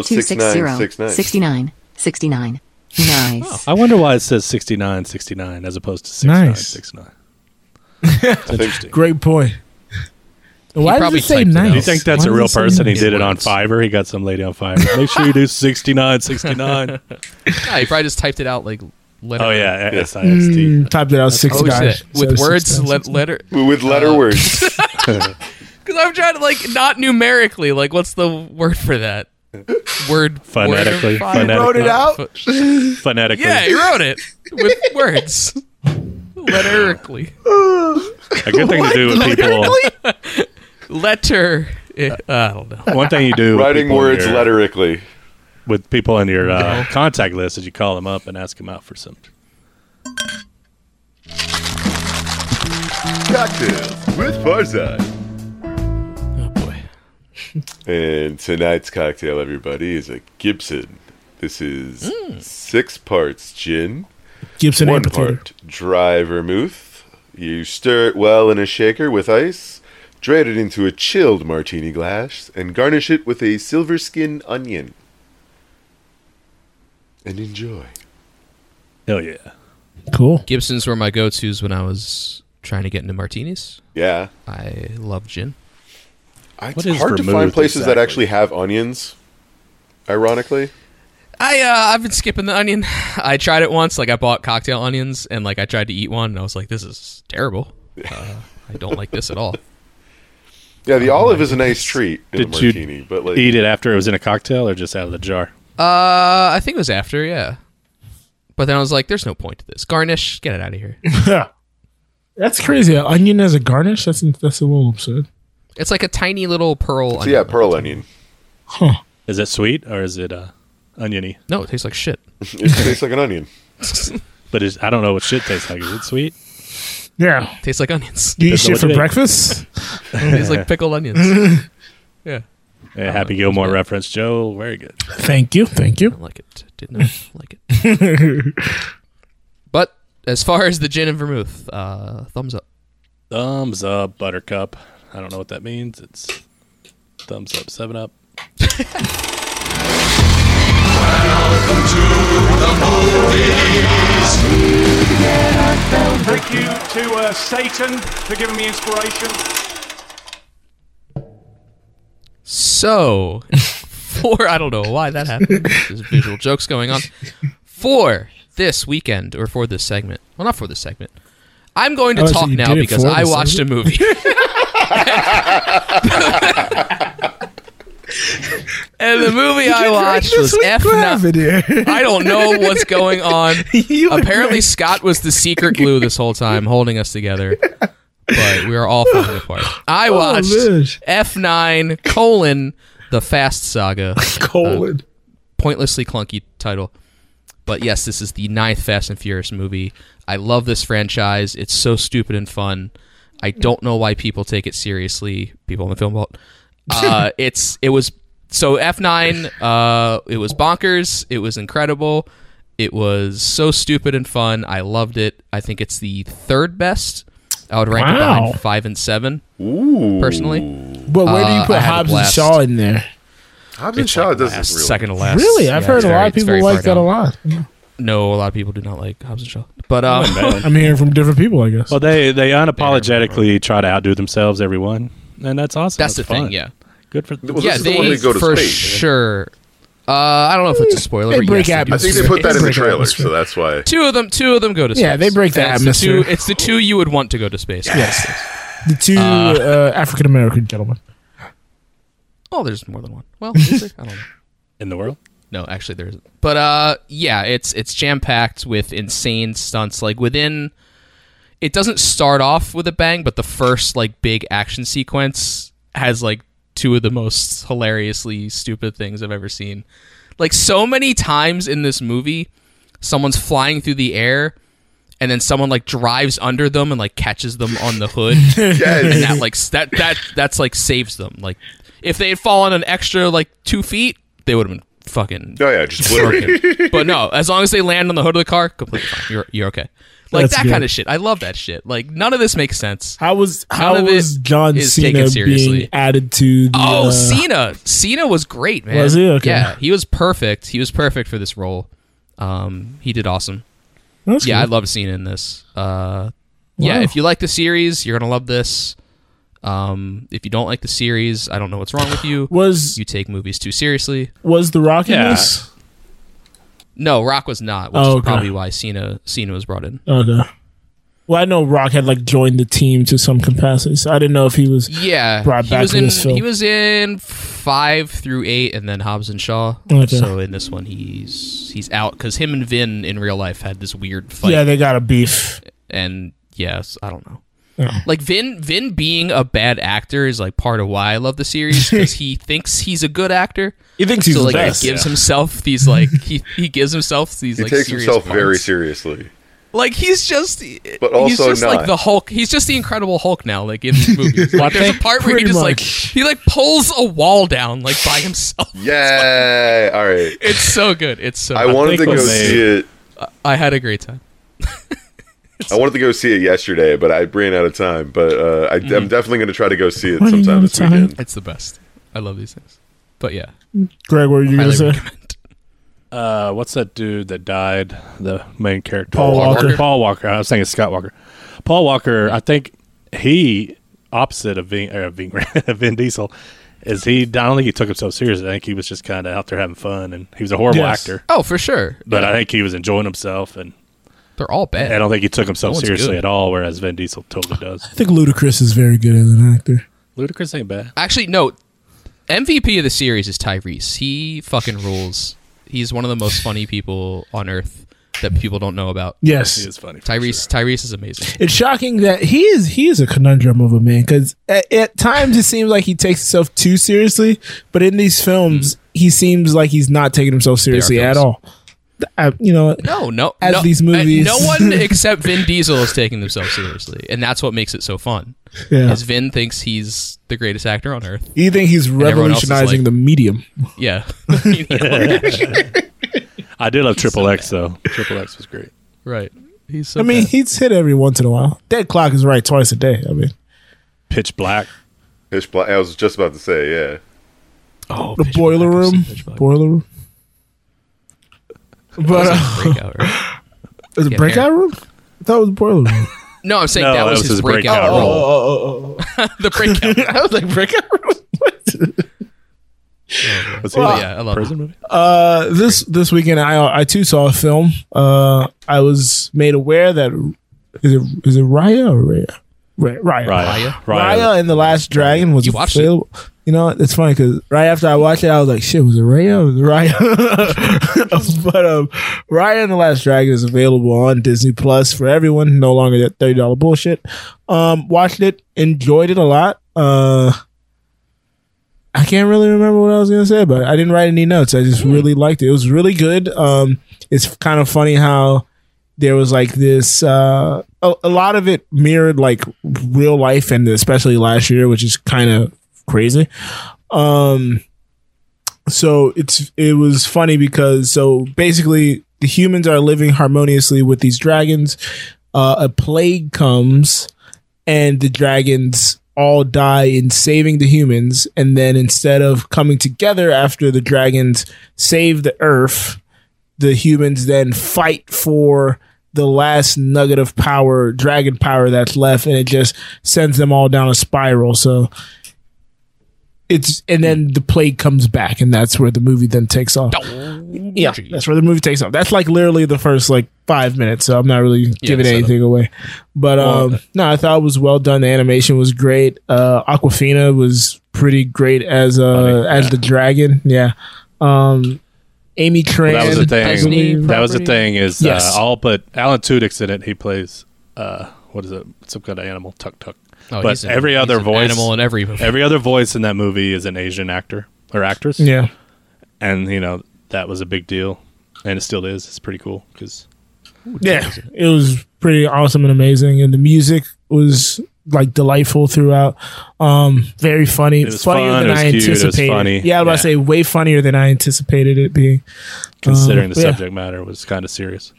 S2: 424-260-6969.
S10: 69 69
S5: *laughs*
S10: Nice.
S5: I wonder why it says 69, 69 as opposed to 69,
S6: Nice.
S5: 69.
S6: *laughs*
S2: I think
S6: Great point.
S7: He
S6: Why did
S7: probably
S6: it say
S7: typed it
S5: Do
S7: out.
S5: you
S6: nice?
S5: think that's
S6: Why
S5: a
S6: does
S5: real
S6: it say
S5: person? He
S6: nice?
S5: did it on
S7: words.
S5: Fiverr. He got some lady on Fiverr. Make sure you do
S6: *laughs*
S5: 69, 69.
S7: Yeah, he probably just typed it out like letter.
S5: Oh, yeah.
S2: Yeah.
S5: S I S T.
S6: Mm, typed it out six
S7: Oh,
S6: times.
S7: shit. With
S6: Says
S7: words,
S6: six times.
S7: le- letter.
S2: with letter
S6: Oh. *laughs*
S2: words.
S7: Because I'm trying to like not numerically. Like, what's the word for that? Word word
S5: Phonetically.
S7: file?
S5: Phonetically. Wrote it
S7: Not pho-
S5: *laughs* Phonetically.
S7: yeah, he wrote it with words, letterically.
S5: A good thing to do with people. *laughs*
S7: Letter. eh, I don't know.
S5: One thing you do with
S2: Writing
S5: people in
S2: words
S5: your-
S2: letterically.
S5: with people in your uh, contact list is you call them up and ask them out for some.
S2: Cocktails with Farzad.
S7: Oh boy.
S2: And tonight's cocktail, everybody, is a Gibson. This is
S7: Mm.
S2: six parts gin,
S6: Gibson
S2: one
S6: amphitheater.
S2: part dry vermouth. You stir it well in a shaker with ice, drain it into a chilled martini glass, and garnish it with a silver skin onion. And enjoy.
S5: Hell yeah.
S6: Cool.
S7: Gibsons were my go-tos when I was trying to get into martinis.
S2: Yeah.
S7: I love gin.
S2: I- It's
S5: What is
S2: hard to
S5: vermouth
S2: find places that
S5: exactly?
S2: actually have onions, ironically.
S7: I uh, I've been skipping the onion. I tried it once. Like I bought cocktail onions and like I tried to eat one and I was like, this is terrible. Uh, I don't like this at all.
S2: Yeah, the olive is a nice treat in a
S5: Did you
S2: martini, but like
S5: Eat it after it was in a cocktail or just out of the jar?
S7: Uh, I think it was after, yeah. But then I was like, there's no point to this. Garnish, get it out of here.
S6: That's crazy. An onion as a garnish. That's that's a little absurd.
S7: It's like a tiny little pearl.
S2: so yeah,
S7: onion.
S2: pearl onion.
S5: Is it sweet or is it uh, oniony?
S7: No, it tastes like shit.
S2: It tastes like an onion.
S5: But it's, I don't know what shit tastes like. Is it sweet?
S6: Yeah.
S7: tastes
S6: *laughs*
S7: like onions.
S6: You eat
S5: That's
S6: shit
S5: what
S6: for
S5: it is.
S6: breakfast? *laughs*
S7: tastes like pickled onions. Yeah,
S5: Yeah, Happy Gilmore reference, Joe. Very good.
S6: Thank you. Thank you.
S7: I like it. Did not like it. But as far as the gin and vermouth, uh, thumbs up.
S5: Thumbs up, Buttercup. I don't know what that means. It's thumbs up, seven *laughs* up.
S1: Thank you to uh, Satan for giving me inspiration.
S7: So, *laughs* for I don't know why that happened. There's visual jokes going on. For this weekend, or for this segment, well, not for this segment. I'm going to
S6: Oh, so
S7: talk
S6: you
S7: now
S6: did it
S7: because
S6: for
S7: I
S6: this
S7: watched a
S6: *laughs*
S7: movie. *laughs* and the movie I watched was F. Nine. *laughs* I don't know what's going on. Apparently, Scott was the secret glue this whole time, holding us together. But we are all falling apart. I watched
S6: man.
S7: F9 colon the Fast Saga.
S6: *laughs* Colon.
S7: Pointlessly clunky title. But yes, this is the ninth Fast and Furious movie. I love this franchise. It's so stupid and fun. I don't know why people take it seriously, people on the film vault.
S6: *laughs*
S7: uh, it's it was so F nine. Uh, it was bonkers. It was incredible. It was so stupid and fun. I loved it. I think it's the third best. I would rank it
S6: Wow.
S7: behind five and seven.
S2: Ooh.
S7: Personally,
S6: But where do you
S7: Uh, I
S6: put
S7: had a
S6: Hobbs and
S7: blast.
S6: Shaw in there?
S2: Hobbs and
S7: It's
S2: Shaw
S7: like
S2: doesn't
S7: last,
S2: really.
S7: second to last.
S6: Really, I've
S7: Yeah,
S6: heard
S7: it's
S6: a
S7: very-
S6: lot of
S7: it's very
S6: people
S7: far
S6: like that a
S7: down.
S6: lot.
S7: No, a lot of people do not like Hobbs and Shaw. But um,
S6: I'm hearing from different people, I guess.
S5: Well, they they unapologetically try to outdo themselves, everyone, and that's awesome.
S7: that's the
S5: fun.
S7: thing. Yeah,
S5: good for
S2: Well,
S7: yeah,
S2: this is the one they go to
S7: for
S2: space.
S7: sure. Uh, I don't know if it's a spoiler.
S6: They
S7: but
S6: break
S7: yes, do.
S2: I think they
S6: atmosphere.
S2: put that in the
S6: Break
S2: trailer,
S6: atmosphere.
S2: so that's why.
S7: Two of them. Two of them go to space.
S6: Yeah, they break the
S7: And it's
S6: atmosphere.
S7: The two, it's the two you would want to go to space. Yes.
S6: the two uh, African American gentlemen.
S7: Oh, there's more than one.
S6: *laughs*
S7: Well, is there? I don't know.
S5: in the world.
S7: No, actually, there isn't. But uh, yeah, it's it's jam packed with insane stunts. Like within, it doesn't start off with a bang, but the first like big action sequence has like two of the most hilariously stupid things I've ever seen. Like so many times in this movie, someone's flying through the air, and then someone like drives under them and like catches them on the hood. and
S6: *laughs*
S7: that like s- that that that's like saves them. Like if they had fallen an extra like two feet, they would have been fucking.
S2: Oh yeah, just obliterated.
S7: broken. *laughs* but no, as long as they land on the hood of the car, completely fine. You're you're okay. Like
S6: That's
S7: that
S6: good.
S7: kind of shit. I love that shit. Like none of this makes sense.
S6: How was
S7: None
S6: how
S7: of
S6: was
S7: it
S6: John
S7: is
S6: Cena
S7: taken seriously.
S6: being added to the?
S7: Oh,
S6: uh,
S7: Cena. Cena was great, man.
S6: Was he? Okay.
S7: Yeah, he was perfect. He was perfect for this role. Um, he did awesome.
S6: that's
S7: *laughs* yeah,
S6: cool.
S7: I love Cena in this. Uh, yeah, if you like the series, you're gonna love this. Um, if you don't like the series, I don't know what's wrong with you.
S6: *sighs* was
S7: you take movies too seriously.
S6: was the Rock in
S5: Yeah.
S6: this?
S7: No, Rock was not, which
S6: Oh,
S7: is
S6: okay. Oh.
S7: probably why Cena Cena was brought in.
S6: Okay. Well, I know Rock had like joined the team to some capacity, so I didn't know if he was.
S7: Yeah,
S6: Brought
S7: he
S6: back
S7: was
S6: to
S7: in
S6: this film.
S7: he was in five through eight, and then Hobbs and Shaw.
S6: Okay.
S7: So in this one, he's he's out because him and Vin in real life had this weird fight.
S6: Yeah, they got a beef.
S7: and yes, I don't know. Like Vin, Vin being a bad actor is like part of why I love the series
S6: *laughs*
S7: because he thinks he's a good actor.
S6: He thinks he's
S7: so
S6: the
S7: like
S6: best.
S7: he gives himself these like he, he gives himself these
S2: He
S7: like
S2: takes
S7: serious
S2: himself very
S7: parts.
S2: seriously.
S7: Like he's just,
S2: But
S7: he's
S2: also
S7: just
S2: not.
S7: like the Hulk. He's just the Incredible Hulk now. Like in
S6: *laughs*
S7: these movies, like, there's a part where he
S6: pretty
S7: just like
S6: much.
S7: he like pulls a wall down like by himself.
S2: *laughs*
S6: *laughs*
S2: Yeah. All right.
S7: It's so good. It's so.
S2: I
S7: good.
S2: wanted to
S5: think
S2: go
S5: we'll
S2: see it.
S7: I had a great time.
S2: I wanted to go see it yesterday, but I ran out of time. But uh, I, I'm definitely going to try to go see it
S6: Running out
S2: sometime
S6: of
S2: this
S6: time.
S2: weekend.
S7: It's the best. I love these things. But yeah,
S6: Greg, what were you gonna
S7: highly
S6: say?
S7: recommend.
S5: Uh, what's that dude that died? The main character,
S6: Paul Walker.
S5: Paul Walker. I was thinking Scott Walker. Paul Walker. I think he opposite of Vin, uh, Vin, *laughs* Vin Diesel is he. I don't think he took himself seriously. I think he was just kind of out there having fun, and he was a horrible
S6: Yes.
S5: actor.
S7: Oh, for sure.
S5: But I think he was enjoying himself, and
S7: They're all bad.
S5: I don't think he took himself
S7: That one's
S5: seriously
S7: good.
S5: at all. Whereas Vin Diesel totally
S7: *sighs*
S5: does.
S6: I think Ludacris is very good as an actor.
S5: Ludacris ain't bad.
S7: Actually, no. MVP of the series is Tyrese. He fucking rules. He's one of the most funny people on earth that people don't know about.
S5: He
S6: Yes,
S5: is funny. for
S7: Tyrese, Tyrese is amazing.
S6: it's shocking that he is he is a conundrum of a man because at, at times it seems like he takes himself too seriously, but in these films he seems like he's not taking himself seriously at
S7: Mm-hmm. films.
S6: all. I, you know,
S7: *laughs* No, no,
S6: As
S7: no,
S6: these
S7: uh,
S6: movies-
S7: No
S6: *laughs*
S7: one except Vin Diesel is taking themselves seriously, and that's what makes it so fun.
S6: yeah.
S7: Because Vin thinks he's the greatest actor
S6: *laughs*
S7: on earth.
S6: you think he's
S7: everyone else is
S6: revolutionizing
S7: like-
S6: the medium? *laughs*
S7: Yeah,
S5: sure. I did love Triple X though. Triple X was great.
S7: right. He's so.
S6: I mean,
S7: bad.
S6: he's hit every once in a while. Dead clock is right twice a day. I mean,
S5: Pitch Black.
S2: Pitch Black. I was just about to say, yeah.
S7: oh,
S6: the
S7: Pitch
S6: boiler
S7: Black, I've seen
S6: room,
S7: Pitch Black.
S6: boiler room. But uh,
S7: Breakout, right?
S6: is it
S7: Yeah,
S6: breakout
S7: Aaron.
S6: room? I thought it was boiler room.
S7: No, I'm saying
S5: No,
S7: that was, his, breakout, role. the
S6: *laughs*
S7: breakout.
S6: I was like breakout room.
S5: Was he
S7: Oh,
S5: in a
S7: yeah, I love
S5: prison movie?
S6: Uh, this this weekend, I I too saw a film. Uh, I was made aware that is it is it Raya or Raya? Ra- Raya.
S5: Raya.
S6: Raya, and the Last Dragon was
S7: You watched
S6: available. You know, it's funny because right after I watched it, I was like, "Shit, was it Raya? Was it Raya?" *laughs* but um, Raya and the Last Dragon is available on Disney Plus for everyone. No longer that thirty dollar bullshit. Um, watched it, enjoyed it a lot. Uh, I can't really remember what I was gonna say, but I didn't write any notes. I
S7: Hmm.
S6: just really liked it. It was really good. Um, it's kind of funny how there was like this uh a, a lot of it mirrored like real life and especially last year which is kind of crazy. Um, so it's it was funny because so basically the humans are living harmoniously with these dragons. Uh, a plague comes, and the dragons all die in saving the humans. And then instead of coming together after the dragons save the Earth, the humans then fight for the last nugget of power, dragon power that's left, and it just sends them all down a spiral. So it's and then the plague comes back, and that's where the movie then takes off. yeah, that's where the movie takes off. That's like literally the first like five minutes. So I'm not really giving
S7: set up.
S6: anything away, but um, no, I thought it was well done. The animation was great. Uh, Aquafina was pretty great as uh as the dragon. Yeah. Um, Amy Tran.
S5: that was the thing.
S7: Disney
S5: that was the
S7: property?
S5: thing is
S6: Yes.
S5: uh, I'll put Alan Tudyk's in it. He plays uh, what is it? Some kind of animal, Tuk Tuk.
S7: Oh,
S5: But
S7: he's an-
S5: every
S7: he's
S5: other
S7: an
S5: voice-
S7: animal in every movie.
S5: Every other voice in that movie is an Asian actor or actress.
S6: Yeah.
S5: and you know that was a big deal, and it still is. It's pretty cool because
S6: yeah, it was pretty awesome and amazing, and the music was like delightful throughout. Um, very funny,
S5: It was
S6: funnier
S5: fun,
S6: than
S5: it was
S6: I
S5: cute, it was
S6: anticipated.
S5: funny,
S6: Yeah, I was about
S5: yeah.
S6: to say way funnier than I anticipated it being.
S5: considering
S6: Um,
S5: the
S6: yeah.
S5: subject matter was kind of serious.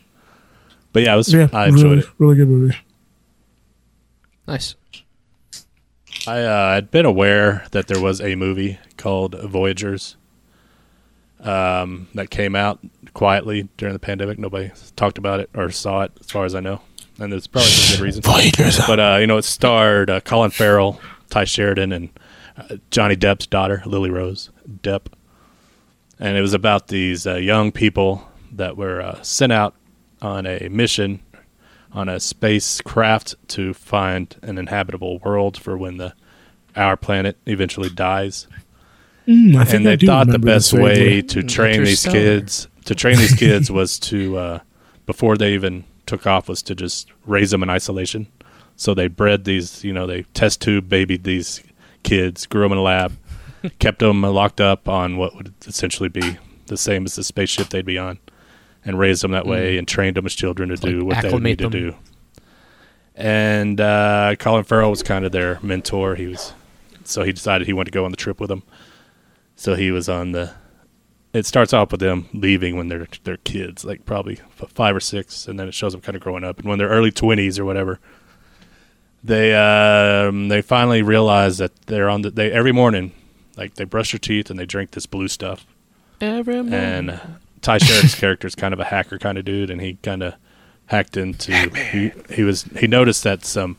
S5: But yeah, it was.
S6: Yeah,
S5: I enjoyed
S6: really,
S5: it.
S6: really good movie.
S7: Nice.
S5: I uh, had been aware that there was a movie called Voyagers um, that came out quietly during the pandemic. Nobody talked about it or saw it, as far as I know, and there's probably a good reason.
S6: *laughs*
S5: Voyagers, *laughs* but uh, you know, it starred uh, Colin Farrell, Ty Sheridan, and uh, Johnny Depp's daughter, Lily Rose Depp, and it was about these uh, young people that were uh, sent out on a mission on a spacecraft to find an inhabitable world for when the our planet eventually dies.
S6: Mm, I think
S5: And
S6: I
S5: they
S6: do
S5: thought the
S6: remember this
S5: best way
S6: vaguely.
S5: to train these
S7: Interstellar.
S5: kids to train
S6: *laughs*
S5: these kids was to uh, before they even took off was to just raise them in isolation. So they bred these, you know, they test tube babied these kids, grew them in a lab, kept them locked up on what would essentially be the same as the spaceship they'd be on, and raised them that way and trained them as children to
S7: Mm.
S5: do
S7: like
S5: what they would need
S7: acclimate
S5: to
S7: them.
S5: do. And uh, Colin Farrell was kind of their mentor. He was, so he decided he wanted to go on the trip with them. So he was on the. It starts off with them leaving when they're they're kids, like probably f- five or six, and then it shows them kind of growing up. And when they're early twenties or whatever, they um, they finally realize that they're on the they every morning, like they brush their teeth and they drink this blue stuff.
S7: Every
S5: And Ty *laughs* Sheridan's character is kind of a hacker kind of dude, and he kind of hacked into he, he was he noticed that some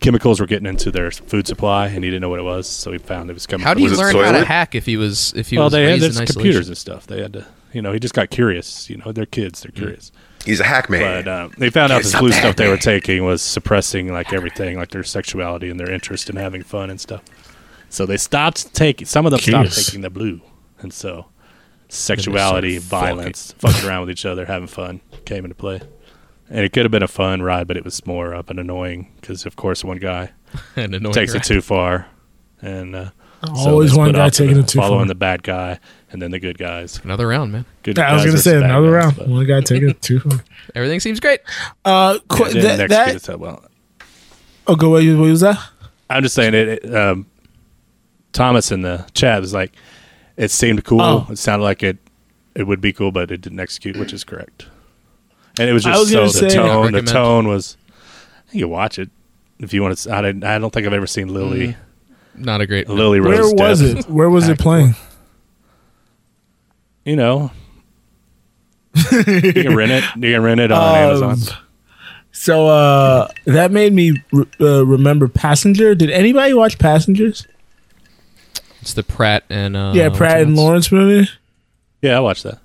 S5: chemicals were getting into their food supply, and he didn't know what it was, so he found it was coming.
S7: How do
S5: from
S7: you
S2: Was it
S7: learn how to
S2: toilet?
S7: hack if he was if he
S5: well,
S7: was
S5: they had
S7: raised in
S5: there's
S7: isolation? *laughs*
S5: computers and stuff. They had to, you know, he just got curious. You know, they're kids; they're curious.
S2: He's a hack man.
S5: But um, they found out this blue stuff they were taking was suppressing like everything, like their sexuality and their interest in having fun and stuff. So they stopped taking. Some of them stopped
S8: Jeez.
S5: taking the blue, and so sexuality, violence, fucking around with each other, having fun came into play. And it could have been a fun ride, but it was more of an annoying because, of course, one guy
S7: and annoying
S5: takes it
S7: right?
S5: too far, and uh, so
S6: Always
S5: they
S6: one
S5: split
S6: guy
S5: off to
S6: taking
S5: the-
S6: it too
S5: following
S6: far.
S5: the bad guy and then the good guys.
S7: Another round, man.
S5: Good
S6: I was
S5: guys
S6: gonna say
S5: versus bad
S6: another
S5: guys,
S6: round.
S5: but-
S6: One guy take it too far.
S7: Everything seems great.
S6: *laughs* Uh, qu-
S5: and then
S6: that,
S5: next
S6: that-
S5: kid is, uh, well,
S6: oh, go away. What was that?
S5: I'm just saying it. it, um, Thomas in the chat is like, it seemed cool.
S6: Oh.
S5: It sounded like it, it would be cool, but it didn't execute, which is correct. And it was
S6: I
S5: just
S6: was
S5: so
S6: gonna
S5: the
S6: say-
S7: Not
S5: tone. The
S7: recommend.
S5: tone was. You can watch it if you want to. I, didn't, I don't think I've ever seen Lily.
S7: Not a great.
S5: Lily
S6: Mm. Where
S5: Rose.
S6: was
S5: Depp.
S6: it? Where was it playing? *laughs*
S5: You know. you can rent it. You can rent it
S6: Um,
S5: on Amazon.
S6: So uh, that made me re- uh, remember Passenger. Did anybody watch Passengers?
S7: It's the Pratt and uh,
S6: yeah,
S7: what's
S6: Pratt
S7: her
S6: and
S7: name's-
S6: Lawrence movie.
S5: Yeah, I watched that.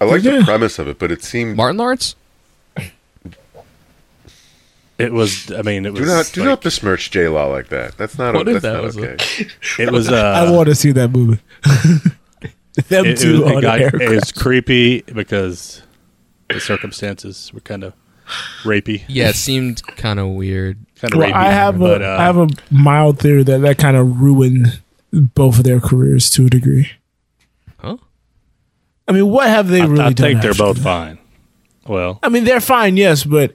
S2: I like the
S6: yeah.
S2: premise of it, but it seemed
S7: Martin Lawrence.
S5: It was. I mean, it was.
S2: do not do
S5: like-
S2: not besmirch J Law like that. That's not
S7: What
S2: that's
S7: if that
S2: not
S7: was a-
S2: okay. *laughs*
S5: It was.
S6: I
S5: Uh,
S6: want to see that movie. *laughs* Them
S5: it, it,
S6: two
S5: was, it
S6: on
S5: got-
S6: air.
S5: it was creepy because the circumstances were kind of rapey.
S7: Yeah, it seemed kind of weird.
S5: Kind of
S6: Well,
S5: rapey.
S6: I have
S5: but,
S6: a
S5: uh,
S6: I have a mild theory that that kind of ruined both of their careers to a degree.
S7: Huh?
S6: I mean, what have they
S5: I-
S6: really
S5: I
S6: done?
S5: think they're
S6: after
S5: both
S6: that?
S5: fine. Well,
S6: I mean, they're fine, yes, but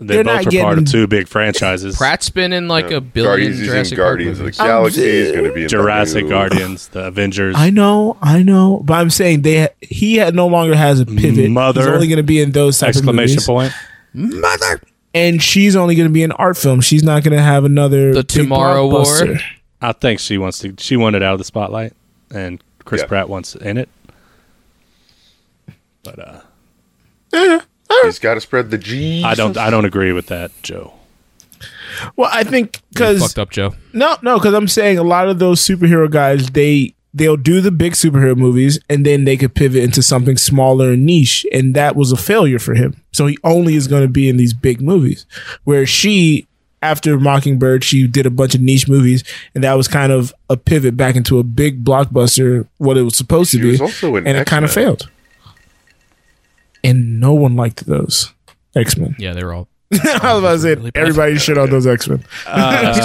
S5: They
S6: They're
S5: both
S6: not
S5: were part
S6: getting-
S5: of two big franchises.
S7: Pratt's been in like a billion
S2: Guardians he's in
S7: Jurassic Park
S2: Guardians of the
S7: movies.
S2: Galaxy is going to be in
S5: Jurassic
S2: fucking-
S5: Guardians, the Avengers.
S6: I know, I know, but I'm saying they he had, no longer has a pivot. He's
S5: Mother-
S6: only going to be in those types of
S5: exclamation
S6: movies.
S5: point.
S6: and she's only going to be in art films. She's not going to have another
S7: The
S6: big
S7: Tomorrow War.
S6: blockbuster.
S5: I think she wants to. She wanted out of the spotlight, and Chris
S2: Yeah.
S5: Pratt wants in it. But uh,
S2: He's got to spread the G.
S5: I don't. I don't agree with that, Joe.
S6: Well, I think
S7: You
S6: because
S7: fucked up, Joe.
S6: no, no, because I'm saying a lot of those superhero guys they they'll do the big superhero movies and then they could pivot into something smaller and niche, and that was a failure for him. So he only is going to be in these big movies, where she. After Mockingbird, she did a bunch of niche movies, and that was kind of a pivot back into a big blockbuster, what it was supposed to
S2: She
S6: be.
S2: was also in
S6: and it kind of
S2: X-Men.
S6: failed. And no one liked those X Men.
S7: Yeah, they were all.
S6: I was about to say *laughs* everybody shit on those X Men.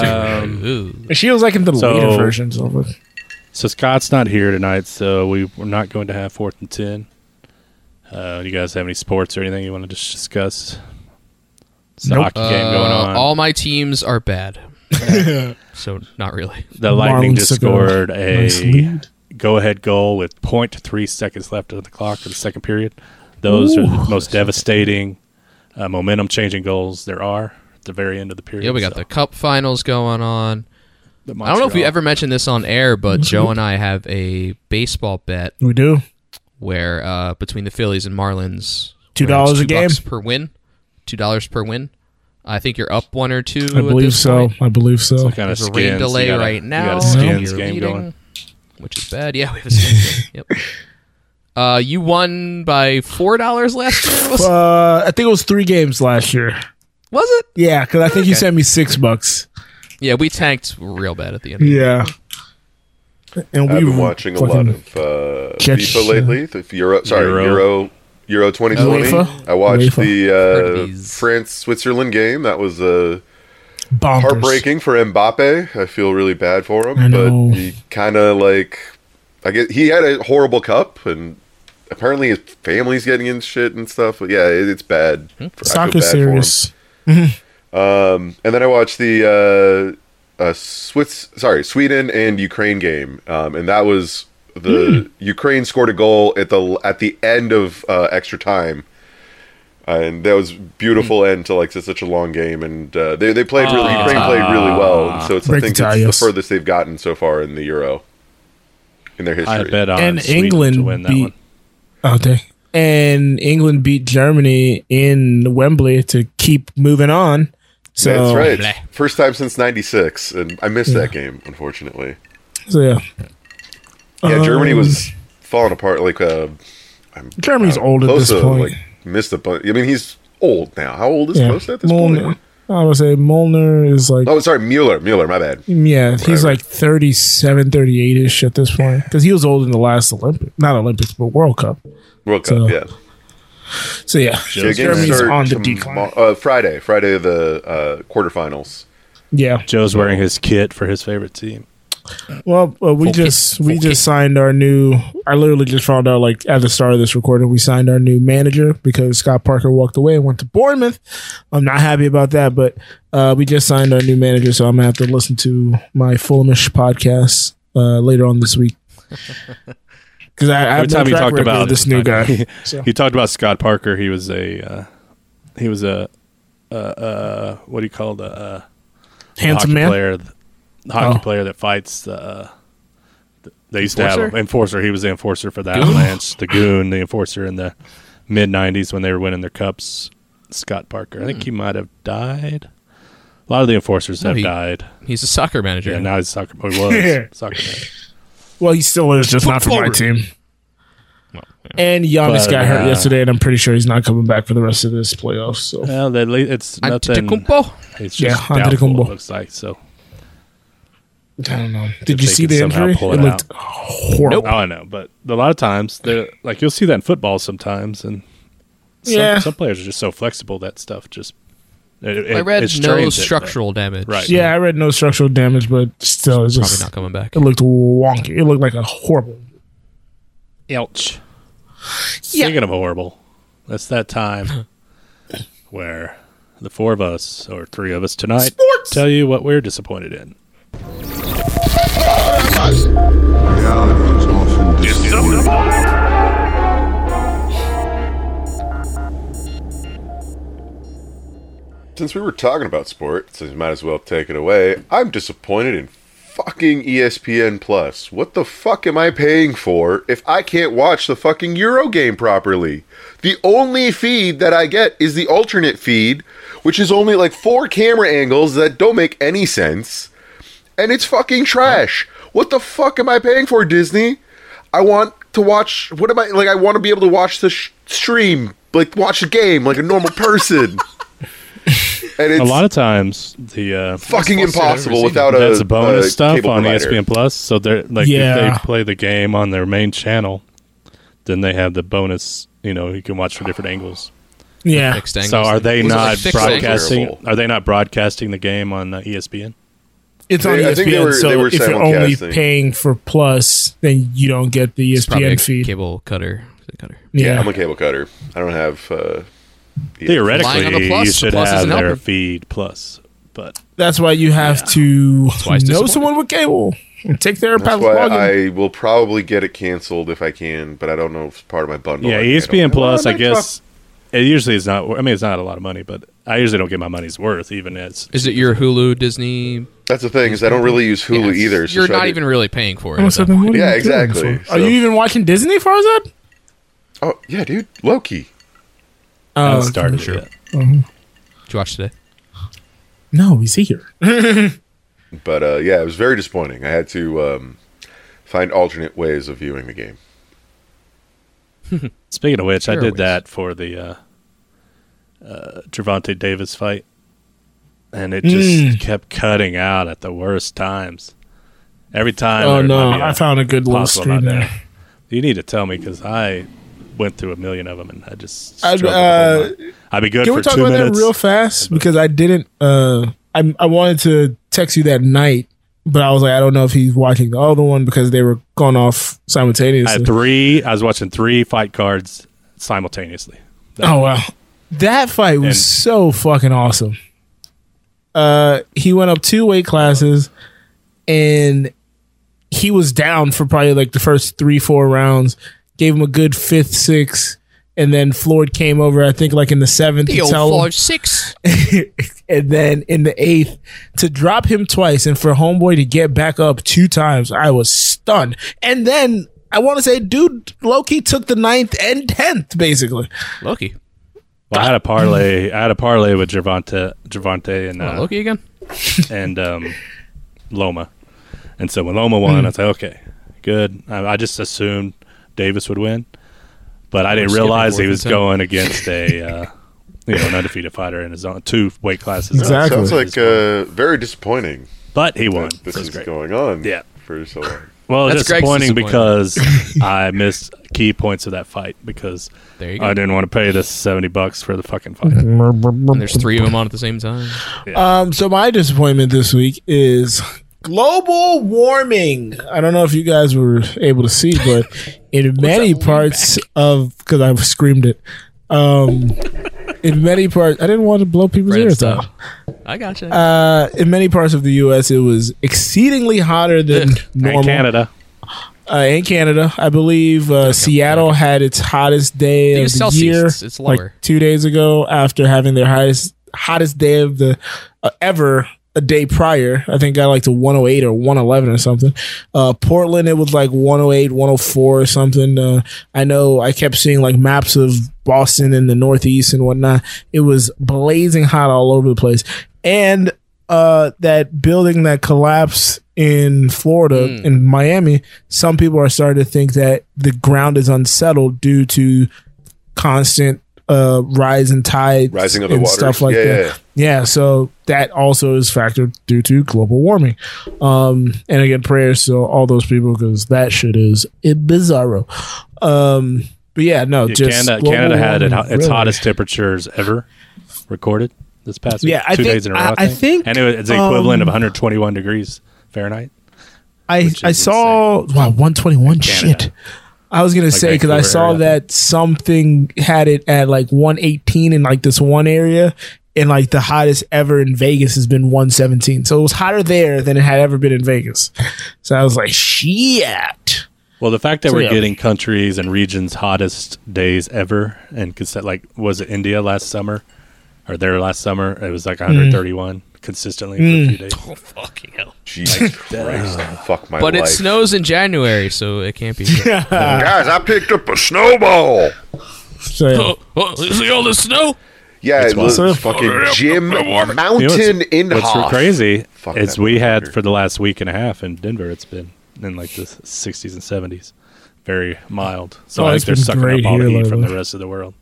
S7: Ooh.
S6: She was like in the
S5: So-
S6: later versions of it.
S5: So Scott's not here tonight, so we, we're not going to have fourth and ten. Uh, you guys have any sports or anything you want to just discuss? It's the
S6: Nope.
S5: hockey game going
S7: Uh,
S5: on.
S7: All my teams are bad. so not really.
S5: the Lightning
S6: Marlon
S5: just
S6: Segura.
S5: scored
S6: Nice
S5: a
S6: lead.
S5: go-ahead goal with 0.3 seconds left of the clock for the second period. Those are the most devastating, uh, momentum-changing goals there are at the very end of the period.
S7: Yeah, we got
S5: so
S7: the cup finals going on.
S5: the
S7: I don't know if we
S5: Montreal-
S7: ever mentioned this on air, but Joe and I have a baseball bet
S6: We do.
S7: where uh, between the Phillies and Marlins,
S6: Two
S7: where it's
S6: dollars a
S7: two bucks
S6: game?
S7: per win, two dollars per win. I think you're up one or two.
S6: I believe so. I believe so.
S5: kind of
S7: There's a rain delay right
S5: You
S7: now.
S5: got a skins
S7: You're
S5: game
S7: leading,
S5: going.
S7: which is bad. Yeah, we have a skins
S6: *laughs*
S7: game. Yep. Uh, you won by four dollars last year. Was,
S6: Uh, I think it was three games last year.
S7: was it?
S6: Yeah, because I think you sent me six bucks.
S7: Yeah, we tanked real bad at the end.
S6: Yeah. And
S2: I've
S6: we
S2: been watching a lot of uh,
S6: catch,
S2: FIFA lately. The Euro, sorry,
S5: Euro.
S2: Euro, Euro, 2020.
S6: UEFA?
S2: I watched
S7: Heard of
S2: the uh,
S7: these.
S2: France Switzerland game. That was uh,
S6: bonkers.
S2: heartbreaking for Mbappe. I feel really bad for him,
S6: I know.
S2: but he kind of like I get he had a horrible cup and. Apparently his family's getting in shit and stuff, but yeah, it, it's bad. I feel
S6: Soccer
S2: bad for him.
S6: series.
S2: Um, and then I watched the uh, uh, Swiss, sorry, Sweden and Ukraine game, um, and that was the
S6: Hmm.
S2: Ukraine scored a goal at the at the end of uh, extra time, and that was beautiful
S6: Hmm.
S2: end to like such a long game. And uh, they they played really, Ukraine played really well, and so it's I
S6: Break
S2: think
S6: Ah. the tie,
S2: it's the
S6: yes.
S2: furthest they've gotten so far in the Euro in their history.
S5: I bet on
S6: And
S5: Uh, Sweden
S6: England
S5: to win that
S6: beat-
S5: one.
S6: Oh, dang. And England beat Germany in Wembley to keep moving on. So
S2: That's right.
S7: Bleh.
S2: First time since '96, and I missed that game unfortunately.
S6: So, yeah.
S2: Yeah, Germany
S6: Um,
S2: was falling apart. Like uh,
S6: Germany's old at this
S2: Bosa
S6: point.
S2: Uh, like missed a bunch. I mean, he's old now. How old is
S6: yeah.
S2: Bosa at this
S6: Molnar.
S2: point?
S6: I would say Molnar is like
S2: Oh, sorry, Mueller. Mueller, my bad.
S6: Yeah, he's
S2: Whatever.
S6: like 37, 38 ish at this point because he was old in the last Olympic, not Olympics, but World Cup.
S2: World Cup.
S6: So,
S2: yeah,
S6: So yeah,
S2: The games
S6: Germany's
S2: start
S6: on the
S2: tomo-
S6: decline.
S2: Uh, Friday, Friday of the uh, quarterfinals.
S6: Yeah.
S5: Joe's wearing his kit for his favorite team.
S6: Well, uh, we
S7: Okay.
S6: just we
S7: Okay.
S6: just signed our new. I literally just found out like at the start of this recording, we signed our new manager because Scott Parker walked away and went to Bournemouth. I'm not happy about that, but uh, we just signed our new manager, so I'm gonna have to listen to my Fulhamish podcast uh, later on this
S5: *laughs*
S6: week. Because I, I have
S5: Every
S6: no
S5: time you
S6: track
S5: talked
S6: record of
S5: about
S6: this new
S5: *laughs*
S6: guy. So.
S5: You talked about Scott Parker. He was a uh, he was a uh, uh, what do you call the uh,
S6: handsome
S5: hockey
S6: man.
S5: player, th- the hockey
S6: Oh.
S5: player that fights the. Uh, th- they used to have
S7: Enforcer?
S5: an enforcer. He was the enforcer for the Avalanche, the goon, the enforcer in the mid '90s when they were winning their cups. Scott Parker. I
S6: Mm.
S5: think he might have died. A lot of the enforcers have
S7: he-
S5: died.
S7: He's a soccer manager.
S5: Yeah, now he's soccer.
S6: *laughs*
S5: He was
S6: Yeah.
S5: soccer. manager.
S6: Well, he still is, just not for my
S7: forward.
S6: team. And Giannis
S5: But,
S6: got hurt
S5: uh,
S6: yesterday, and I'm pretty sure he's not coming back for the rest of this playoffs. So
S5: Well, they le- it's nothing.
S7: Antetokounmpo.
S5: It's
S6: Yeah,
S5: just doubtful,
S6: Antetokounmpo.
S5: it looks like so.
S6: I don't know. Did
S5: If
S6: you
S5: they
S6: see
S5: could
S6: the
S5: somehow
S6: injury? It,
S5: pull it
S6: looked
S5: out.
S6: horrible.
S5: Oh, I know, but a lot of times, they're like you'll see that in football sometimes, and some,
S6: Yeah.
S5: some players are just so flexible that stuff just. It, it,
S7: I read
S5: it
S7: no
S5: strains it, but-
S7: structural damage.
S5: Right.
S6: Yeah, I read no structural damage, but still, it's
S7: Probably
S6: just
S7: not coming back.
S6: it looked wonky. It looked like a horrible.
S5: Ouch. Speaking of horrible, that's that time *laughs* where the four of us, or three of us tonight, tell you what we're disappointed in.
S2: Since we were talking about sports, so you might as well take it away. I'm disappointed in fucking E ESPN Plus. What the fuck am I paying for if I can't watch the fucking Euro game properly? The only feed that I get is the alternate feed, which is only like four camera angles that don't make any sense. And it's fucking trash. What the fuck am I paying for, Disney? I want to watch. What am I like? I want to be able to watch the sh- stream, like watch a game, like a normal person. *laughs* and it's
S5: a lot of times, the uh,
S2: fucking impossible without a.
S5: that's a bonus
S2: a
S5: stuff
S2: uh, cable
S5: on E
S2: provider.
S5: ESPN Plus. So they're like,
S6: Yeah.
S5: if they play the game on their main channel, then they have the bonus. You know, you can watch from different angles.
S6: Yeah.
S7: Fixed angles.
S5: So are they
S7: Was it
S5: not
S7: like fixed angles?
S5: broadcasting?
S2: Terrible.
S5: Are they not broadcasting the game on uh, ESPN?
S6: It's on E
S2: They- I
S6: ESPN.
S2: think they were-
S6: so
S2: they were
S6: if you're only
S2: simulcasting.
S6: paying for Plus, then you don't get the E
S7: It's probably a
S6: ESPN feed.
S7: Cable cutter. Is it cutter.
S2: Yeah,
S6: yeah.
S2: I'm a cable cutter. I don't have. Uh, yeah.
S7: Relying on
S5: Theoretically,
S7: the plus,
S5: you
S7: the
S5: should
S7: plus
S5: have
S7: isn't
S5: their
S7: helping.
S5: feed plus, but
S6: that's why you have to
S7: why it's
S6: know
S7: disappointing.
S6: someone with cable and take their
S2: That's
S6: path
S2: why
S6: login.
S2: I will probably get it canceled if I can, but I don't know if it's part of my bundle.
S5: yeah,
S2: I-
S5: E
S2: I
S6: E
S5: ESPN
S2: don't-
S5: Plus.
S2: Well,
S5: I
S2: might
S5: guess it usually is not. I mean, it's not a lot of money, but I usually don't get my money's worth, even as
S7: Is it your Hulu, Disney?
S2: try- That's the thing is I don't really use Hulu
S7: Yes.
S2: either. so
S7: You're
S2: should I
S7: not
S2: be-
S7: even really paying for
S6: Oh,
S7: it.
S6: so
S7: So.
S6: then what are
S2: Yeah,
S6: you doing
S2: exactly.
S6: for- Are you
S2: So-
S6: even watching Disney, Farzad?
S2: Oh yeah, dude, Loki.
S5: I
S6: Oh,
S5: haven't started yet.
S7: Did you watch today?
S6: no, he's here.
S2: But uh, yeah, it was very disappointing. I had to um, find alternate ways of viewing the game.
S5: Speaking of which, I
S7: Sure,
S5: did
S7: Wes.
S5: that for the uh, uh, Javante Davis fight, and it just kept cutting out at the worst times. Every time.
S6: Oh
S5: there
S6: no,
S5: might be a
S6: I found a good little
S5: possible
S6: stream
S5: out
S6: there.
S5: You need to tell me because I went through a million of them, and I just
S6: I-
S5: struggled to
S6: uh,
S5: hold on. I'd be good
S6: Can
S5: for
S6: we talk
S5: two
S6: about
S5: minutes.
S6: that real fast? Because I didn't. Uh, I I wanted to text you that night, but I was like, I don't know if he's watching the other one because they were going off
S5: I
S6: simultaneously.
S5: had three. I was watching three fight cards simultaneously.
S6: Oh wow, that fight was
S5: And-
S6: so fucking awesome. Uh, he went up two weight classes, and he was down for probably like the first three four rounds. Gave him a good fifth six, and then Floyd came over. I think like in the seventh to tell him,
S7: six.
S6: *laughs* and then in the eighth to drop him twice, and for Homeboy to get back up two times. I was stunned, and then. I want to say, dude, Loki took the ninth and tenth, basically.
S7: Loki.
S5: Well, I had a parlay. I had a parlay with Javante, Javante, and
S7: Oh,
S5: uh,
S7: Loki again.
S5: and um, Loma. And so when Loma
S7: Hmm.
S5: won, I was like, okay, good. I, I just assumed Davis would win, but I didn't
S7: skipping
S5: realize he
S7: fourth
S5: was
S7: and ten. *laughs*
S5: going against a uh, you know an undefeated fighter in his own two weight classes.
S6: Exactly.
S2: Sounds like uh, very disappointing.
S5: But he won.
S2: This
S5: so
S2: is
S5: it's great.
S2: going on.
S5: Yeah.
S2: For so long.
S5: Well, it's
S7: That's Greg's
S5: disappointing
S7: disappointment. *laughs*
S5: because I missed key points of that fight because
S7: There
S2: uh,
S7: you go.
S5: I didn't want to pay this seventy bucks for the fucking fight.
S6: Mm-hmm.
S7: and there's three of them on at the same time.
S6: Um, so my disappointment this week is global warming. I don't know if you guys were able to see, but
S7: *laughs*
S6: in many parts of because I screamed it. Um, in many parts, I didn't want to blow people's
S7: Right
S6: ears
S7: style.
S6: out.
S7: I gotcha.
S6: Uh, in many parts of the U.S., it was exceedingly hotter than normal.
S5: And Canada.
S6: uh, in Canada, I believe uh, Seattle had its hottest day
S7: Think
S6: of
S7: it's
S6: the
S7: Celsius,
S6: year.
S7: it's- it's
S6: like
S7: lower.
S6: two days ago, after having their highest hottest day of the uh, ever a day prior. I think got like to 108 or 111 or something. Uh, Portland, it was like 108, 104 or something. Uh, I know I kept seeing like maps of Boston and the Northeast and whatnot. It was blazing hot all over the place, and uh, that building that collapsed in Florida in Miami, some people are starting to think that the ground is unsettled due to constant uh, rise in tides,
S2: Rising of the
S6: and
S2: waters.
S6: stuff like
S2: Yeah,
S6: that.
S2: yeah, yeah.
S6: Yeah, so that also is factored due to global warming. Um, and again, prayers to all those people because that shit is bizarro. Um, but yeah, no,
S5: Yeah,
S6: just
S5: Canada,
S6: global
S5: Canada had it,
S6: warming,
S5: its
S6: really.
S5: hottest temperatures ever recorded this past week.
S6: Yeah, I
S5: two
S6: think-
S5: days in a row.
S6: I-
S5: I,
S6: I
S5: think.
S6: think,
S5: and it was, it's the equivalent of
S6: um,
S5: 121 degrees Fahrenheit.
S6: I
S5: which
S6: I
S5: is
S6: saw wow 121 shit.
S5: Canada.
S6: I was gonna
S5: Like
S6: say because I
S5: Vancouver
S6: saw
S5: area.
S6: that something had it at like 118 in like this one area, and like the hottest ever in Vegas has been 117. So it was hotter there than it had ever been in Vegas. So I was like, shit.
S5: Well, the fact that
S6: So,
S5: we're
S6: yeah.
S5: getting countries and regions hottest days ever, and consent like was it India last summer or there last summer? It was like
S6: Mm.
S5: 131 consistently for a few days.
S7: Oh, fucking hell.
S2: Jesus Christ. Fuck my
S7: But
S2: life.
S7: it snows in January, so it
S6: *laughs*
S7: can't be.
S2: Guys, I picked up a snowball.
S6: So yeah.
S7: Oh, is it all the snow?
S2: Yeah, it was
S5: awesome.
S2: fucking Jim
S5: You know,
S2: Mountain in
S5: what's
S2: Hoff.
S5: crazy
S2: Fuck
S5: is
S2: that
S5: we had
S2: motherfucker.
S5: for the last week and a half in Denver. It's been in like the 60s and 70s, very mild. So
S6: Oh,
S5: I think
S6: it's
S5: they're
S6: been
S5: sucking up
S6: great
S5: all the
S6: here
S5: heat from
S6: lately.
S5: the rest of the world.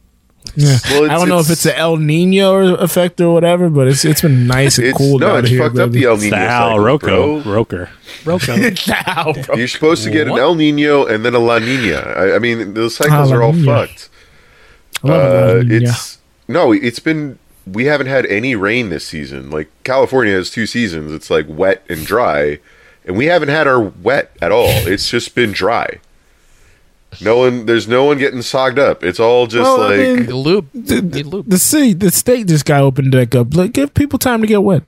S6: Yeah.
S2: Well,
S6: I
S2: it's-
S6: don't know if
S2: it's-
S6: it's an El Nino effect or whatever, but it's it's been nice and
S2: It's,
S6: cool
S2: no,
S6: down
S2: it's
S6: here.
S2: fucked up the
S6: *laughs* baby.
S2: El
S5: It's
S2: Nino.
S5: the Al
S2: cycle,
S5: Rocco,
S2: bro.
S5: Roker, Roco.
S2: You're supposed to get an El Nino and then a La Nina. I, I mean, those cycles
S6: La
S2: are all
S6: Niña.
S2: fucked.
S6: I love El
S2: Uh,
S6: Niño.
S2: it's no, it's been. We haven't had any rain this season. Like California has two seasons. It's like wet and dry, and we haven't had our wet at all. It's just been dry. No one, there's no one getting sogged up. It's all just
S6: Well, I
S2: like
S6: mean,
S7: Lube. Need lube.
S6: the city, the state just got opened back up. Like, give people time to get wet.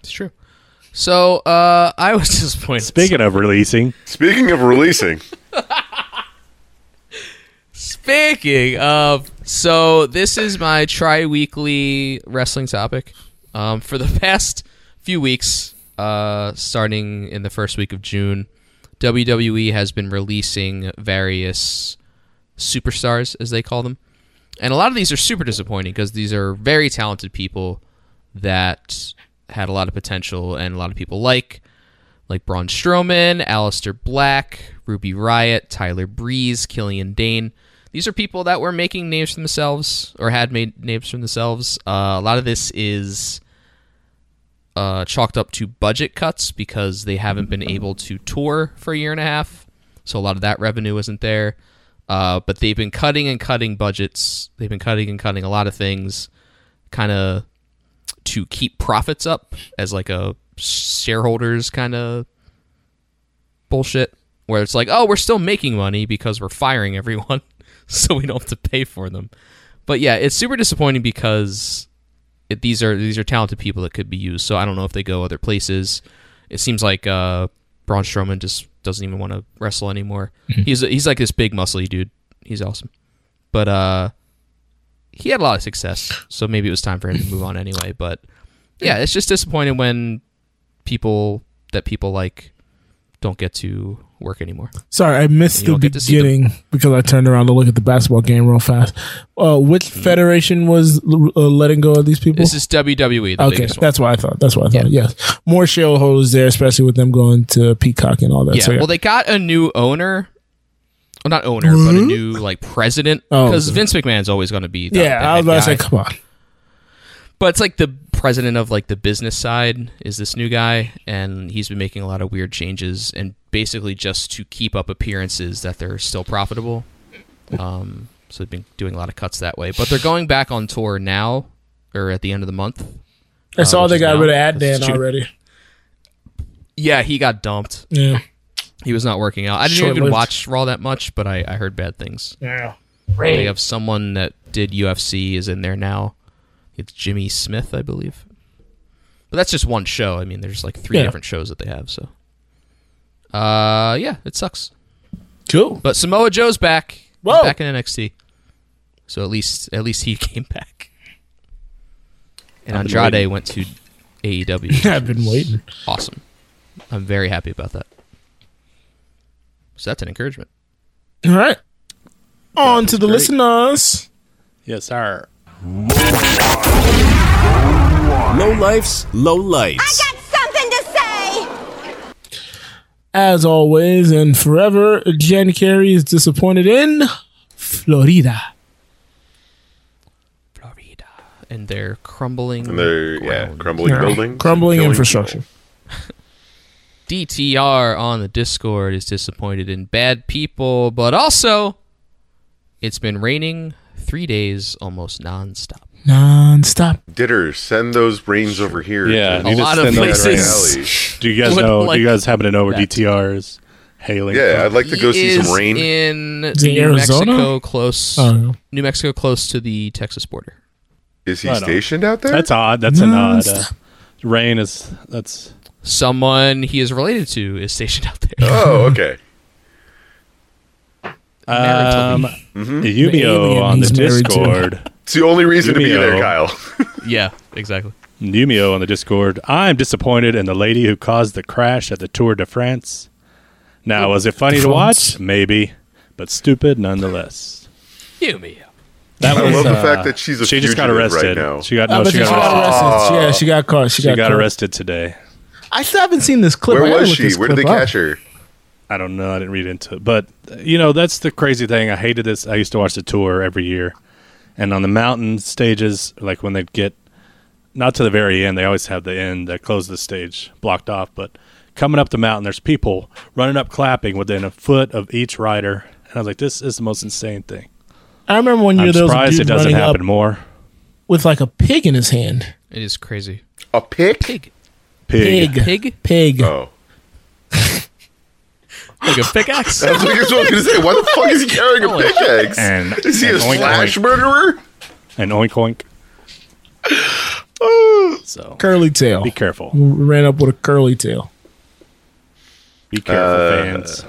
S7: It's true. So uh, I was *laughs* disappointed.
S5: Speaking of releasing,
S2: speaking of releasing.
S7: Speaking of, so this is my tri-weekly wrestling topic. Um, for the *laughs* past few weeks, uh, starting in the first week of June, WWE has been releasing various superstars, as they call them, and a lot of these are super disappointing because these are very talented people that had a lot of potential and a lot of people like like Braun Strowman, Aleister Black, Ruby Riot, Tyler Breeze, Killian Dane. These are people that were making names for themselves or had made names for themselves. Uh, a lot of this is uh, chalked up to budget cuts because they haven't been able to tour for a year and a half. So a lot of that revenue isn't there. Uh, but they've been cutting and cutting budgets. They've been cutting and cutting a lot of things, kind of to keep profits up as like a shareholders kind of bullshit where it's like oh we're still making money because we're firing everyone *laughs* so we don't have to pay for them but yeah it's super disappointing because it, these are these are talented people that could be used so i don't know if they go other places it seems like uh braun strowman just doesn't even want to wrestle anymore he's he's like this big muscly dude he's awesome but uh he had a lot of success, so maybe it was time for him to move on anyway. But yeah, it's just disappointing when people that people like don't get to work anymore.
S6: Sorry, I missed
S7: You
S6: the
S7: don't get to see
S6: beginning because I turned around to look at the basketball game real fast. Uh, which federation was l- uh, letting go of these people?
S7: Hmm. This is WWE. The
S6: okay,
S7: biggest one.
S6: that's what I thought. That's what I thought. Yes, more shareholders there, especially with them going to Peacock and all that.
S7: yeah.
S6: So,
S7: Well, they got a new owner. Well, not owner, but a new like president.
S6: Oh,
S7: Because
S6: okay.
S7: Vince McMahon's always going to be. The,
S6: yeah,
S7: the
S6: I was
S7: head
S6: about to say,
S7: guy.
S6: come on.
S7: but it's like the president of like the business side is this new guy and he's been making a lot of weird changes and basically just to keep up appearances that they're still profitable um, so they've been doing a lot of cuts that way but they're going back on tour now or at the end of the month
S6: I saw
S7: which
S6: they
S7: is
S6: got
S7: now-
S6: rid of Adnan
S7: Oh, that's true.
S6: already.
S7: yeah he got dumped
S6: Yeah,
S7: he was not working out i didn't even
S6: Short-lived.
S7: watch raw that much but i, I heard bad things
S6: yeah.
S7: they have someone that did ufc is in there now it's jimmy smith i believe But that's just one show. I mean, there's like three
S6: Yeah.
S7: different shows that they have. So, uh, yeah, it sucks.
S6: Cool.
S7: But Samoa Joe's back. He's
S6: Whoa.
S7: back in NXT. So at least at least he *laughs* came back. And
S5: I've been
S7: Andrade
S5: waiting.
S7: went to
S6: *laughs*
S7: AEW.
S6: I've been waiting.
S7: Awesome. I'm very happy about that. So that's an encouragement.
S6: All right, on to the listeners.
S5: yes, sir.
S3: Low life's low lights.
S11: something to say!
S6: As always and forever, Jen Carey is disappointed in Florida.
S7: Florida and they're crumbling.
S2: And they're yeah,
S7: ground.
S2: crumbling buildings,
S6: Crumbling
S2: and killing
S6: infrastructure.
S7: DTR on the Discord is disappointed in bad people, but also it's been raining three days almost nonstop.
S6: Non-stop.
S2: people. Ditter, send those rains over here.
S5: Yeah,
S2: to
S5: you
S7: A
S5: just
S7: lot of
S5: send those
S2: Ditter
S7: places.
S5: rains. Do you guys
S7: Would
S5: know?
S7: like
S5: do you guys happen to know where
S7: that.
S5: DTR's hailing.
S2: Yeah,
S5: from.
S2: I'd like to go see
S7: is
S2: some rain.
S7: in
S6: Is he
S7: New
S6: Arizona? Oh.
S7: Mexico, close
S5: Oh,
S6: I don't know.
S7: New Mexico, close to the Texas border.
S2: Is he
S5: I don't-
S2: stationed out there?
S5: That's odd. That's an
S6: No,
S5: odd.
S6: it's
S5: Uh, rain is that's
S7: Someone he is related to is stationed out there.
S2: oh, okay.
S5: um
S7: Maritally.
S2: Mm-hmm.
S5: Yumio
S6: alien
S5: on the
S6: he's married to.
S5: Discord.
S2: It's the only reason to be
S5: Yumio.
S2: there,
S5: *laughs*
S2: Kyle.
S7: *laughs* yeah, exactly.
S5: Numio on the Discord. I am disappointed in the lady who caused the crash at the Tour de France. Now, was it funny to watch? Maybe, but stupid nonetheless.
S7: You me. up.
S5: That
S2: I
S5: was,
S2: love the
S5: uh,
S2: fact that she's a
S5: she just got
S2: fugitive right
S5: arrested.
S2: now.
S5: She got
S6: I
S5: no,
S6: bet
S5: Oh, she
S6: you
S5: got arrested.
S6: arrested. Yeah, she got caught. She,
S5: She got
S6: caught.
S5: arrested today.
S6: I still haven't seen this clip.
S2: Where
S6: I gotta
S2: was
S6: look
S2: she?
S6: this
S2: Where did they
S6: clip up.
S2: catch her?
S5: I don't know. I didn't read into it. But, uh, you know, that's the crazy thing. I hated this. I used to watch the tour every year. And on the mountain stages, like when they'd get not to the very end, they always have the end that close the stage blocked off. But coming up the mountain, there's people running up clapping within a foot of each rider. And I was like, this is the most insane thing.
S6: I remember one year
S5: I'm
S6: there was a
S5: surprised it
S6: dude
S5: doesn't
S6: running up
S5: happen more.
S6: with like a pig in his hand.
S7: It is crazy.
S2: A pig?
S7: Pig.
S5: Pig.
S7: Pig?
S6: Pig.
S5: *laughs*
S2: Oh.
S7: Like a pickaxe.
S2: That's what I was going to say. Why the fuck is he carrying a pickaxe?
S5: And, and
S2: Is he a
S5: oink,
S2: slash
S5: oink,
S2: murderer?
S5: and oink oink. So
S6: Curly tail.
S5: be careful.
S6: Ran up with a curly tail.
S5: Be careful, fans.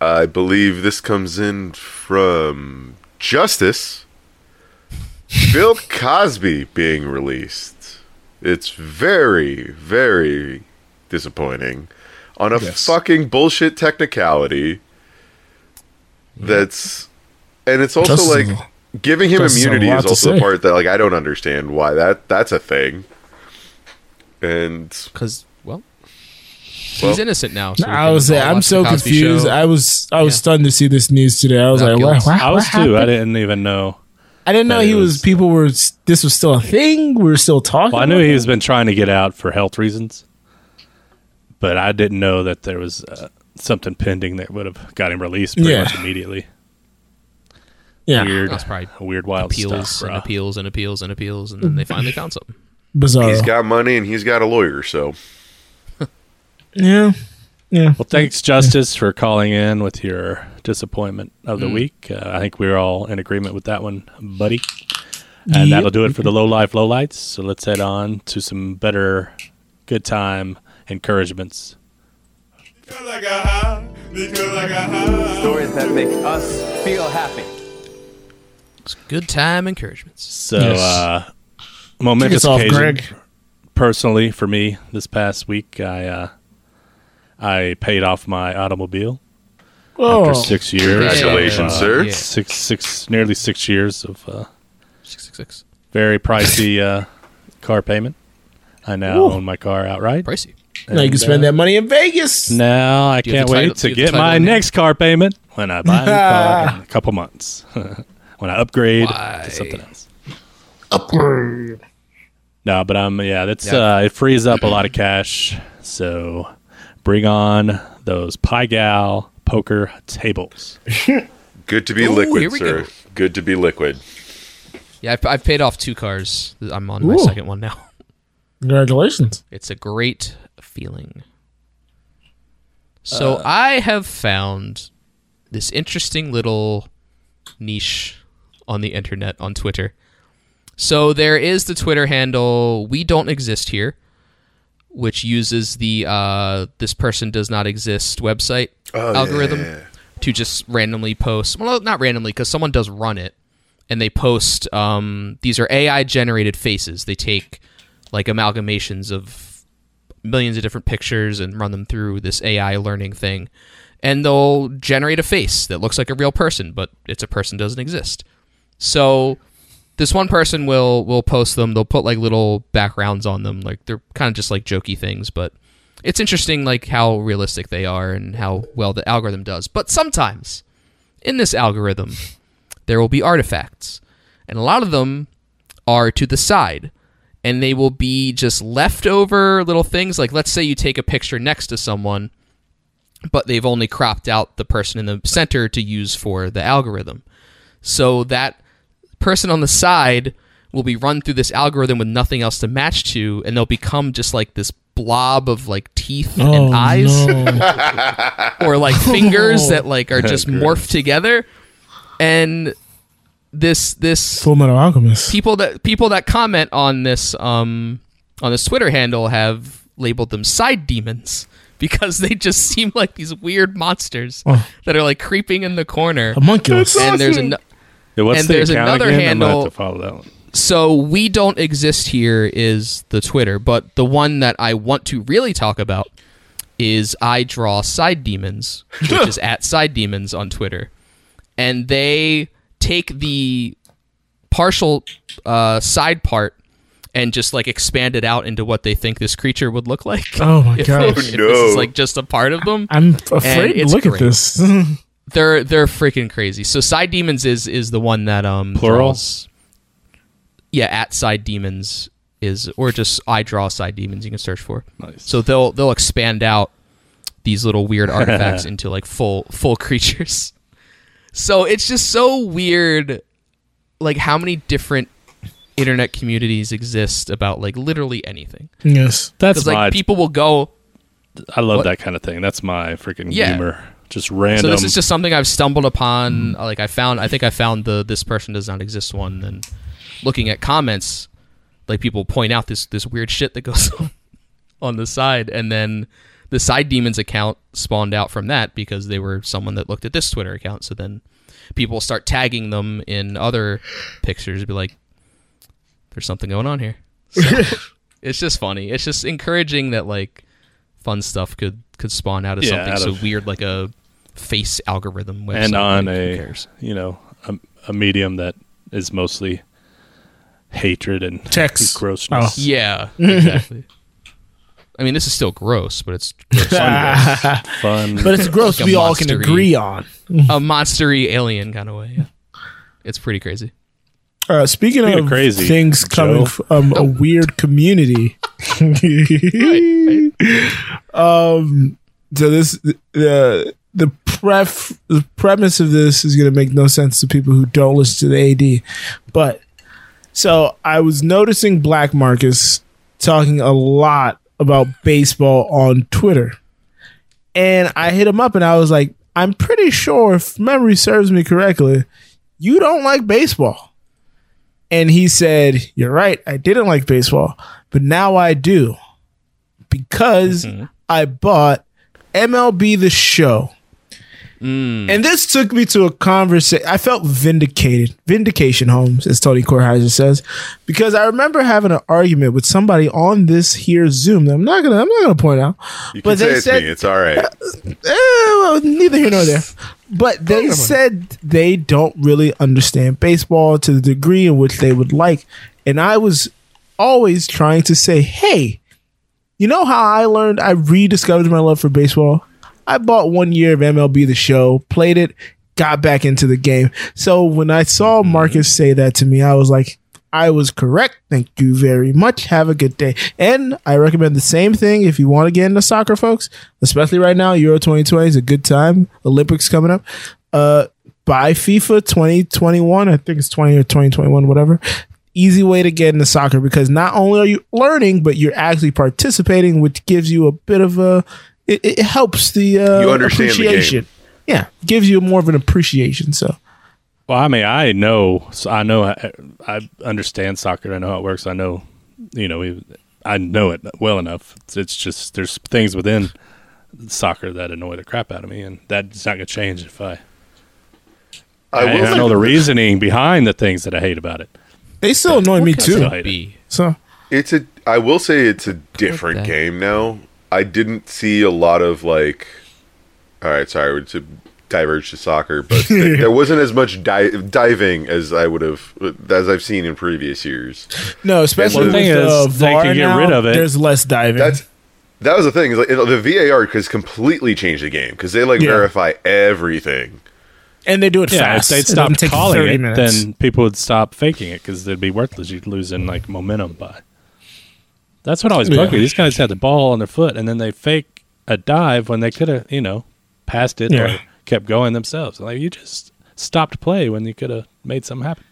S2: I believe this comes in from Justice. Bill
S6: *laughs*
S2: Cosby being released. It's very, very disappointing on a fucking bullshit technicality. That's and it's also
S6: Justice is
S2: like giving him
S6: Justice is a
S2: immunity
S6: lot
S2: is
S6: to
S2: also the
S6: say.
S2: part that like I don't understand why that that's a thing. And
S7: Because well, he's
S2: Well.
S7: innocent now. so we
S6: I
S7: can
S6: was
S7: all
S6: I'm
S7: watch
S6: so
S7: The Cosby
S6: confused.
S7: Show.
S6: I was I was
S7: Yeah.
S6: stunned to see this news today. I was
S7: Without
S6: like, wow,
S7: guilt.
S6: wow,
S5: I
S6: what
S5: was
S6: happened?
S5: too. I didn't even know.
S6: I didn't know
S5: that
S6: he
S5: it
S6: was,
S5: was-
S6: People were. This was still a thing. We were still talking.
S5: Well, I knew
S6: about
S5: he
S6: it.
S5: was been trying to get out for health reasons, but I didn't know that there was uh, something pending that would have got him released pretty
S6: Yeah.
S5: much immediately.
S6: Yeah,
S5: Weird,
S7: That's probably
S5: weird, wild
S7: appeals
S5: stuff.
S7: and
S5: bruh.
S7: appeals and appeals and appeals, and then they finally found something.
S6: bizarre.
S2: he's got money and he's got a lawyer, so
S6: yeah, yeah.
S5: Well, thanks, Justice, for calling in with your disappointment of
S6: Mm.
S5: the week. Uh, I think we're all in agreement with that one, buddy. And that'll do it for the low life, low lights. So let's head on to some better, good time encouragements.
S12: Stories that make us feel happy.
S7: It's good time encouragements.
S5: So,
S6: Yes.
S5: uh, momentous
S6: Kick us off,
S5: occasion
S6: Greg.
S5: personally for me this past week. I uh, I paid off my automobile
S6: Oh,
S5: after six years.
S2: Congratulations, sir.
S7: Yeah.
S5: Six, six, nearly six years of uh,
S7: Six six six.
S5: very pricey uh, car payment. I now
S6: Ooh.
S5: own my car outright.
S7: Pricey.
S6: now you can
S5: And,
S6: spend
S5: uh,
S6: that money in Vegas.
S5: Now I
S7: Do you have
S5: can't
S7: the title-
S5: wait
S7: do
S5: to
S7: you have the
S5: get
S7: title
S5: my
S7: on yet?
S5: next car payment when I buy a new car in a couple months. *laughs* when I upgrade
S7: Why?
S5: to something else. Upgrade. No, but I'm yeah. That's
S7: Yeah.
S5: uh, it frees up a lot of cash. So bring on those Gal poker tables.
S2: good to be
S7: Ooh, here
S2: liquid,
S7: we
S2: sir.
S7: go.
S2: Good to be liquid.
S7: Yeah, I've, I've paid off two cars. I'm on my
S6: Ooh.
S7: second one now.
S6: Congratulations.
S7: It's a great feeling. So I have found this interesting little niche on the internet on Twitter. So there is the Twitter handle "We Don't Exist Here," which uses the uh, "This person does not exist" website algorithm to just randomly post. Well, not randomly because someone does run it, and they post. Um, these are AI generated faces. They take like amalgamations of millions of different pictures and run them through this AI learning thing. And they'll generate a face that looks like a real person, but it's a person doesn't exist. So this one person will will post them. They'll put like little backgrounds on them, like they're kind of just like jokey things. But it's interesting, like how realistic they are and how well the algorithm does. But sometimes in this algorithm, there will be artifacts, and a lot of them are to the side and they will be just leftover little things. Like, let's say you take a picture next to someone, but they've only cropped out the person in the center to use for the algorithm. So that person on the side will be run through this algorithm with nothing else to match to, and they'll become just like this blob of like teeth
S6: Oh,
S7: and *laughs* eyes, or
S6: *laughs*
S7: like fingers that like are just
S6: Gross.
S7: morphed together, and this this
S6: Full Metal Alchemist.
S7: people that people that comment on this um on this Twitter handle have labeled them side demons *laughs* because they just *laughs* seem like these weird monsters
S6: Oh.
S7: that are like creeping in the corner.
S6: Homunculus. That's
S7: And there's
S6: awesome.
S7: an-
S5: Yeah, what's
S7: and
S5: the
S7: there's
S5: account
S7: another
S5: again? I'm gonna have
S7: handle.
S5: to follow that one.
S7: So we don't exist here is the Twitter, but the one that I want to really talk about is I draw
S6: *laughs*
S7: side demons, which is at side demons on Twitter, and they take the partial uh, side part and just like expand it out into what they think this creature would look like.
S6: Oh my
S7: *laughs* If-
S6: gosh.
S7: if this
S6: No.
S7: is like just a part of them.
S6: I'm
S7: And
S6: afraid to
S7: it's
S6: look
S7: great
S6: at this. *laughs*
S7: they're they're freaking crazy. So side demons is is the one that um
S5: Plural?
S7: draws- yeah, at side demons is or just I draw side demons. You can search for.
S5: Nice.
S7: So they'll they'll expand out these little weird artifacts into like full full creatures. So it's just so weird, like how many different internet communities exist about like literally anything.
S6: yes.
S5: That's
S7: 'Cause, like
S5: my-
S7: people will go.
S5: I love
S7: What?
S5: that kind of thing. That's my freaking
S7: Yeah.
S5: humor. Just random.
S7: So this is just something I've stumbled upon. uh, Like I found, I think I found the this person does not exist one. And looking at comments, like people point out this this weird shit that goes *laughs* on on the side, and then the side demons account spawned out from that because they were someone that looked at this Twitter account. So then people start tagging them in other pictures, and be like, "There's something going on here."
S5: *laughs*
S7: So it's just funny. It's just encouraging that like fun stuff could could spawn out of
S5: Yeah,
S7: something
S5: out
S7: so
S5: of-
S7: weird like a face algorithm website.
S5: and on
S7: Like, who
S5: a
S7: cares?
S5: you know a, a medium that is mostly hatred and
S6: Text.
S5: *laughs* grossness.
S6: Oh.
S7: yeah, *laughs* exactly. I mean, this is still gross, but it's gross.
S5: Fun, fun.
S6: Oh, But it's gross.
S7: Like a
S6: we all can
S7: monstery-
S6: agree on.
S5: *laughs*
S7: a monstery alien kind of way. Yeah. It's pretty crazy.
S6: Uh, speaking,
S5: Speaking
S6: of,
S5: of crazy,
S6: things
S5: Joe.
S6: coming from a weird community. *laughs* um. So this the the pref the premise of this is going to make no sense to people who don't listen to the AD, but so I was noticing Black Marcus talking a lot about baseball on Twitter. And I hit him up and I was like, I'm pretty sure if memory serves me correctly, you don't like baseball. And he said, You're right. I didn't like baseball, but now I do because I bought MLB The Show. And this took me to a conversation. I felt vindicated, vindication, Holmes, as Tony Kornheiser says, because I remember having an argument with somebody on this here Zoom. That I'm not gonna, I'm not gonna point out,
S2: You can say it's me. It's all right.
S6: Eh, well, neither here nor there. But they said they don't really understand baseball to the degree in which they would like. And I was always trying to say, hey, you know how I learned, I rediscovered my love for baseball? I bought one year of MLB The Show, played it, got back into the game. So when I saw Marcus say that to me, I was like, I was correct. Thank you very much. Have a good day. And I recommend the same thing if you want to get into soccer, folks, especially right now. Euro 2020 is a good time. Olympics coming up. Uh, buy FIFA 2021. I think it's 20 or 2021, whatever. Easy way to get into soccer because not only are you learning, but you're actually participating, which gives you a bit of a. It, it helps the uh,
S2: You understand the game.
S6: appreciation. Yeah, gives you more of an appreciation. So
S5: Well, I mean, I know, so I know, I, I understand soccer. I know how it works. I know, you know, we- I know it well enough. It's, it's just there's things within soccer that annoy the crap out of me, and that's not going to change if I. I,
S2: will
S5: I know the reasoning behind the things that I hate about it.
S6: they still annoy me too.
S5: Still hate it.
S6: So
S2: It's a. I will say it's a different
S7: that.
S2: game now. I didn't see a lot of like. All right, sorry, we're to diverge to soccer, but th- there wasn't as much di- diving as I would have as I've seen in previous years.
S6: No,
S2: Well,
S6: especially with
S2: the
S5: thing
S6: the
S5: is, they
S6: VAR
S5: can get
S6: now,
S5: rid of it.
S6: There's less diving.
S2: That's that was the thing. Is like, the VAR has completely changed the game because they like
S6: Yeah.
S2: verify everything.
S6: and they do it
S5: Yeah,
S6: fast.
S5: if
S6: It
S5: they'd stop
S6: doesn't take
S5: calling
S6: 30
S5: it,
S6: minutes.
S5: then people would stop faking it because they'd be worthless. You'd lose in like momentum by. That's what always bugged me. These guys had the ball on their foot and then they fake a dive when they could have, you know, passed it
S6: Yeah.
S5: or kept going themselves. Like you just stopped play when you could have made something happen.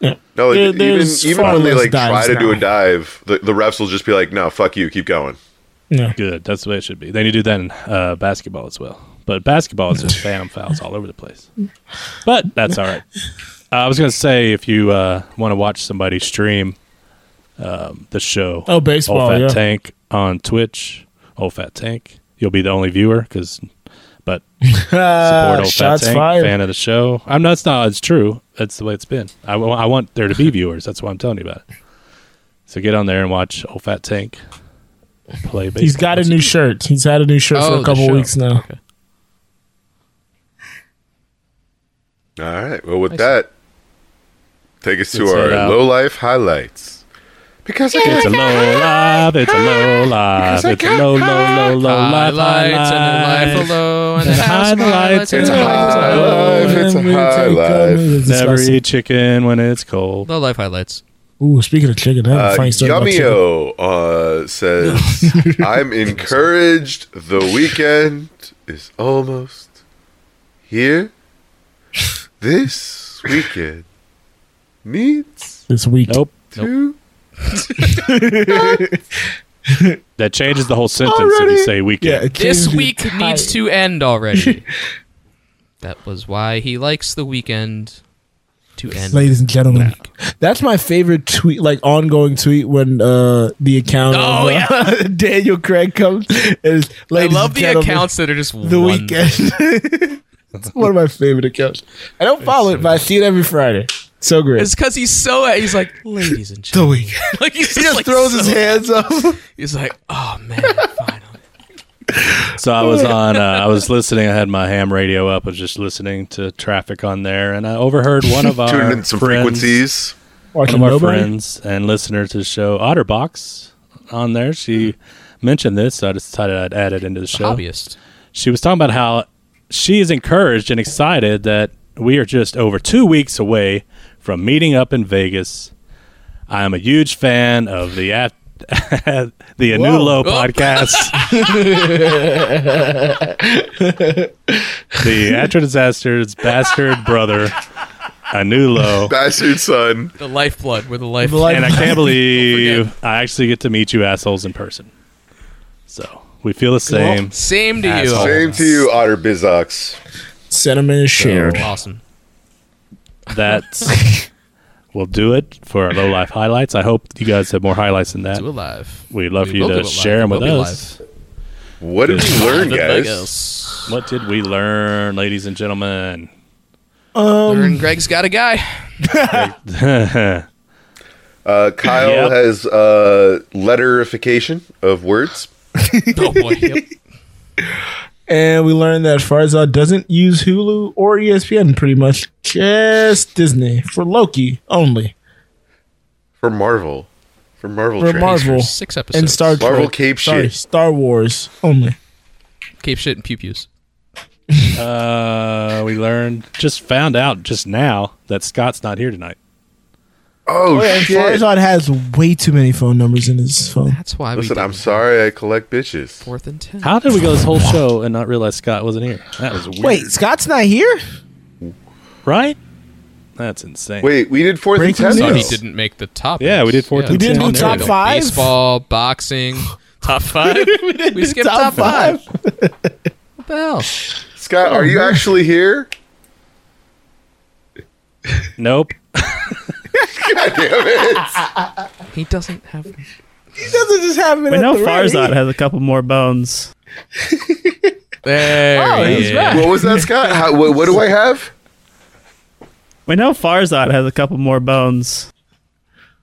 S2: No, like,
S6: There-
S2: even
S6: there's
S2: even
S6: far
S2: when they
S6: less
S2: like try
S6: dives
S2: to do a
S6: now.
S2: dive, the, the refs will just be like, "No, fuck you, keep going."
S6: Yeah.
S5: Good. That's the way it should be. They need to do that in uh, basketball as well. But basketball
S6: *laughs*
S5: is just phantom fouls all over the place. But that's all right. Uh, *laughs* I was going to say if you uh, want to watch somebody stream um, the show,
S6: Oh, baseball,
S5: Old Fat
S6: yeah.
S5: Tank on Twitch, Old Fat Tank, you'll be the only viewer because. But support Old
S6: Uh, Shots
S5: Fat Tank,
S6: fired.
S5: fan of the show. I'm not. It's not. It's true. That's the way it's been. I, wa- I want there to be viewers. That's why I'm telling you about it. So get on there and watch Old Fat Tank play. Baseball.
S6: He's got a new shirt. He's had a new shirt
S5: Oh,
S6: for
S5: the
S6: a couple
S5: show.
S6: weeks now.
S2: All right. Well, with that, take us to
S5: Let's head
S2: our
S5: out.
S2: low life highlights. Because uh,
S5: it's a low life. It's a low life. It's a low, low, low, low life.
S7: Highlights and a life alone. And the house
S5: highlights
S7: and
S5: and
S7: the
S2: high
S6: Oh,
S2: life. It's a
S6: Let me
S2: high
S6: take a minute
S2: life.
S6: to
S5: Never
S6: discuss it.
S5: eat chicken when it's cold.
S7: Low life
S5: *laughs*
S7: highlights.
S6: Ooh, speaking of chicken, that's
S2: Uh,
S6: a funny story. about chicken.
S2: Yummyo uh,
S6: *laughs*
S2: says, "I'm encouraged. The weekend is almost here. This weekend
S5: *laughs*
S2: needs
S6: This week.
S5: Nope.
S2: to
S5: That changes the whole sentence if you say weekend.
S7: This week needs to end
S5: *laughs*
S7: already. that was why he likes the weekend to end.
S6: Ladies and gentlemen, that's my favorite tweet, like ongoing tweet when uh, the account
S7: Oh,
S6: of uh, *laughs* Daniel Craig comes. Is,
S7: I
S6: ladies
S7: love
S6: and
S7: the
S6: gentlemen,
S7: accounts that are just
S6: The
S7: one
S6: weekend. *laughs*
S7: thing.
S6: it's one of my favorite accounts. I don't follow it, but I see it every Friday. So great.
S7: It's because he's so he's like, ladies and
S6: the
S7: gentlemen.
S6: weekend.
S7: *laughs* Like he's
S6: He just throws his hands up.
S7: *laughs* He's like, oh man, *laughs*
S5: So I was on. Uh, I was listening. I had my ham radio up. I was just listening to traffic on there, and I overheard one of our
S2: *laughs* tune in some
S5: friends-
S2: frequencies."
S5: one
S6: Watching
S5: of our
S6: nobody?
S5: friends and listener to the show, Otterbox, on there. She mentioned this, so I decided I'd add it into the show.
S7: hobbyist.
S5: She was talking about how she is encouraged and excited that we are just over two weeks away from meeting up in Vegas. I am a huge fan of the at *laughs* the Anulo
S6: Whoa.
S5: podcast, the After Disasters bastard brother
S6: Oh.
S5: Anulo.
S2: Bastard son.
S7: The lifeblood. We're the life.
S6: The life-
S5: and I can't believe I actually get to meet you assholes in person. So we feel the same.
S7: Same to
S5: Asshole.
S7: you.
S2: Same to you, Otter Bizox.
S6: Sentiment is shared.
S7: Awesome.
S5: That's we'll do it for our low *laughs* life highlights. I hope you guys have more highlights than that.
S7: Do it live.
S5: We'd love
S7: We
S5: for you
S7: will do it
S5: to
S7: live.
S5: share them
S7: It will
S5: with
S7: be
S5: us.
S2: What did we learn,
S7: Live in
S2: guys?
S7: Vegas.
S5: What did we learn, ladies and *laughs* gentlemen?
S7: Learn Greg's got a guy.
S2: *laughs* Uh, Kyle
S5: Yep.
S2: has uh, letterification of words.
S7: Oh boy. Yep.
S6: *laughs* And we learned that Farzad doesn't use Hulu or E ESPN pretty much, just Disney for Loki only.
S2: For Marvel. For Marvel.
S6: For
S2: trends.
S6: Marvel
S7: Six episodes.
S6: and Star Trek.
S2: Marvel cape
S6: Sorry,
S2: shit.
S6: Star Wars only.
S7: Cape shit and pew pews.
S5: Uh, we learned just found out just now that Scott's not here tonight.
S2: Oh,
S6: And
S2: shit.
S6: Farzad has way too many phone numbers in his phone.
S7: That's why we.
S2: Listen,
S7: did
S2: I'm sorry I collect bitches.
S7: Fourth and ten.
S5: How did we go this whole show and not realize Scott wasn't here? That was weird.
S6: Wait, Scott's not here?
S5: right? That's insane.
S2: Wait, we did fourth
S6: Breaking
S2: and ten.
S6: news.
S7: So
S2: though.
S7: he didn't make the top.
S5: Yeah, we did fourth and
S6: We didn't 10. do top
S7: There we go.
S6: five?
S7: Baseball, *laughs* boxing, top five. we, skipped top,
S6: top
S7: five. what the hell?
S2: Scott, are you
S6: Oh,
S2: actually here?
S5: Nope.
S7: He doesn't have.
S6: He doesn't just have it.
S13: We
S6: at
S13: know
S6: the ready.
S13: Farzad has a couple more bones.
S7: There
S6: Oh,
S7: he
S6: he's
S7: is.
S6: back.
S2: What was that, Scott? How, what, what do I have?
S13: We know Farzad has a couple more bones.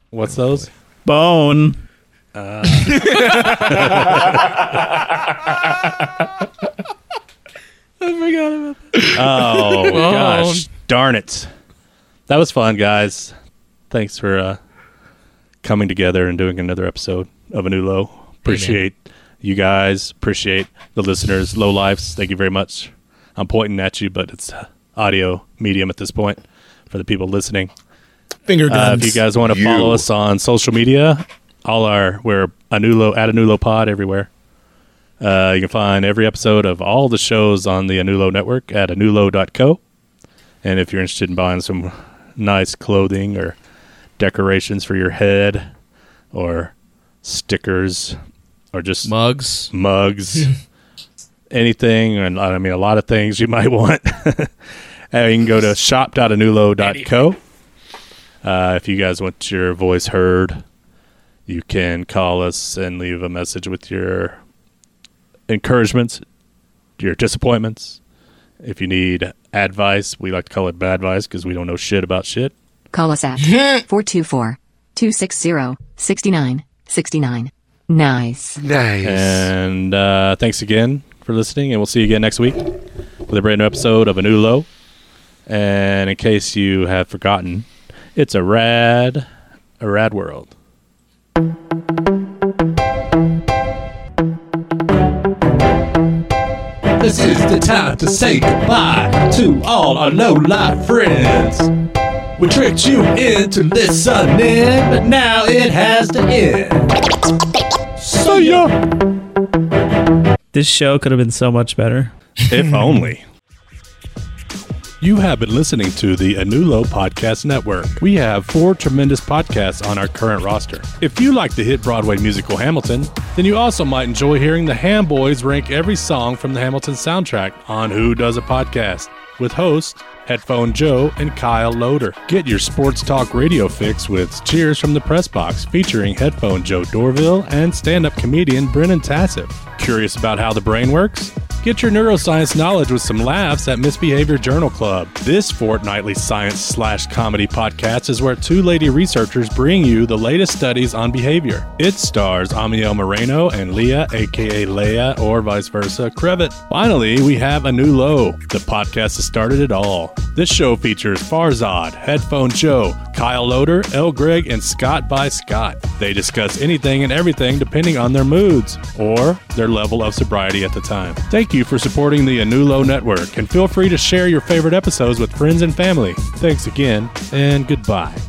S5: What's those?
S13: Bone.
S5: Oh gosh,
S7: Whoa.
S5: darn it! That was fun, guys. Thanks for uh, coming together and doing another episode of a new low. Appreciate you guys. Appreciate the listeners, low lives. Thank you very much. I'm pointing at you, but it's uh, audio medium at this point for the people listening.
S6: Finger
S5: Uh,
S6: guns.
S5: if you guys want to
S2: You.
S5: follow us on social media, all our we're Anulo at Anulo Pod everywhere. Uh, you can find every episode of all the shows on the Anulo network at anulo.co. And if you're interested in buying some nice clothing or decorations for your head or stickers or just
S7: mugs,
S5: mugs, anything, and I mean a lot of things you *laughs* might want. and you can go to shop.anulo.co. Uh, if you guys want your voice heard, you can call us and leave a message with your encouragements, your disappointments. If you need advice, we like to call it bad advice because we don't know shit about shit.
S10: Call us at 424 260 6969. Nice.
S2: Nice.
S5: And uh, thanks again for listening, and we'll see you again next week with a brand new episode of A New Low. And in case you have forgotten, it's a rad, a rad world.
S14: This is the time to say goodbye to all our low life friends. We tricked you into listening, but now it has to end. So ya.
S13: This show could have been so much better.
S5: *laughs* If only. You have been listening to the Anulo Podcast Network. We have four tremendous podcasts on our current roster. If you like the hit Broadway musical Hamilton, then you also might enjoy hearing the Ham Boys rank every song from the Hamilton soundtrack on Who Does a Podcast with hosts Headphone Joe and Kyle Loader. Get your sports talk radio fix with Cheers from the Press Box featuring Headphone Joe Dorville and stand up comedian Brennan Tassif. Curious about how the brain works? Get your neuroscience knowledge with some laughs at Misbehavior Journal Club. This fortnightly science slash comedy podcast is where two lady researchers bring you the latest studies on behavior. It stars Amiel Moreno and Leah, aka Leah, or vice versa, Crevit. Finally, we have a new low. The podcast has started it all. This show features Farzad, Headphone Joe, Kyle Loader, L. Gregg, and Scott by Scott. They discuss anything and everything depending on their moods or their level of sobriety at the time. Thank you for supporting the Anulo Network and feel free to share your favorite episodes with friends and family. Thanks again and goodbye.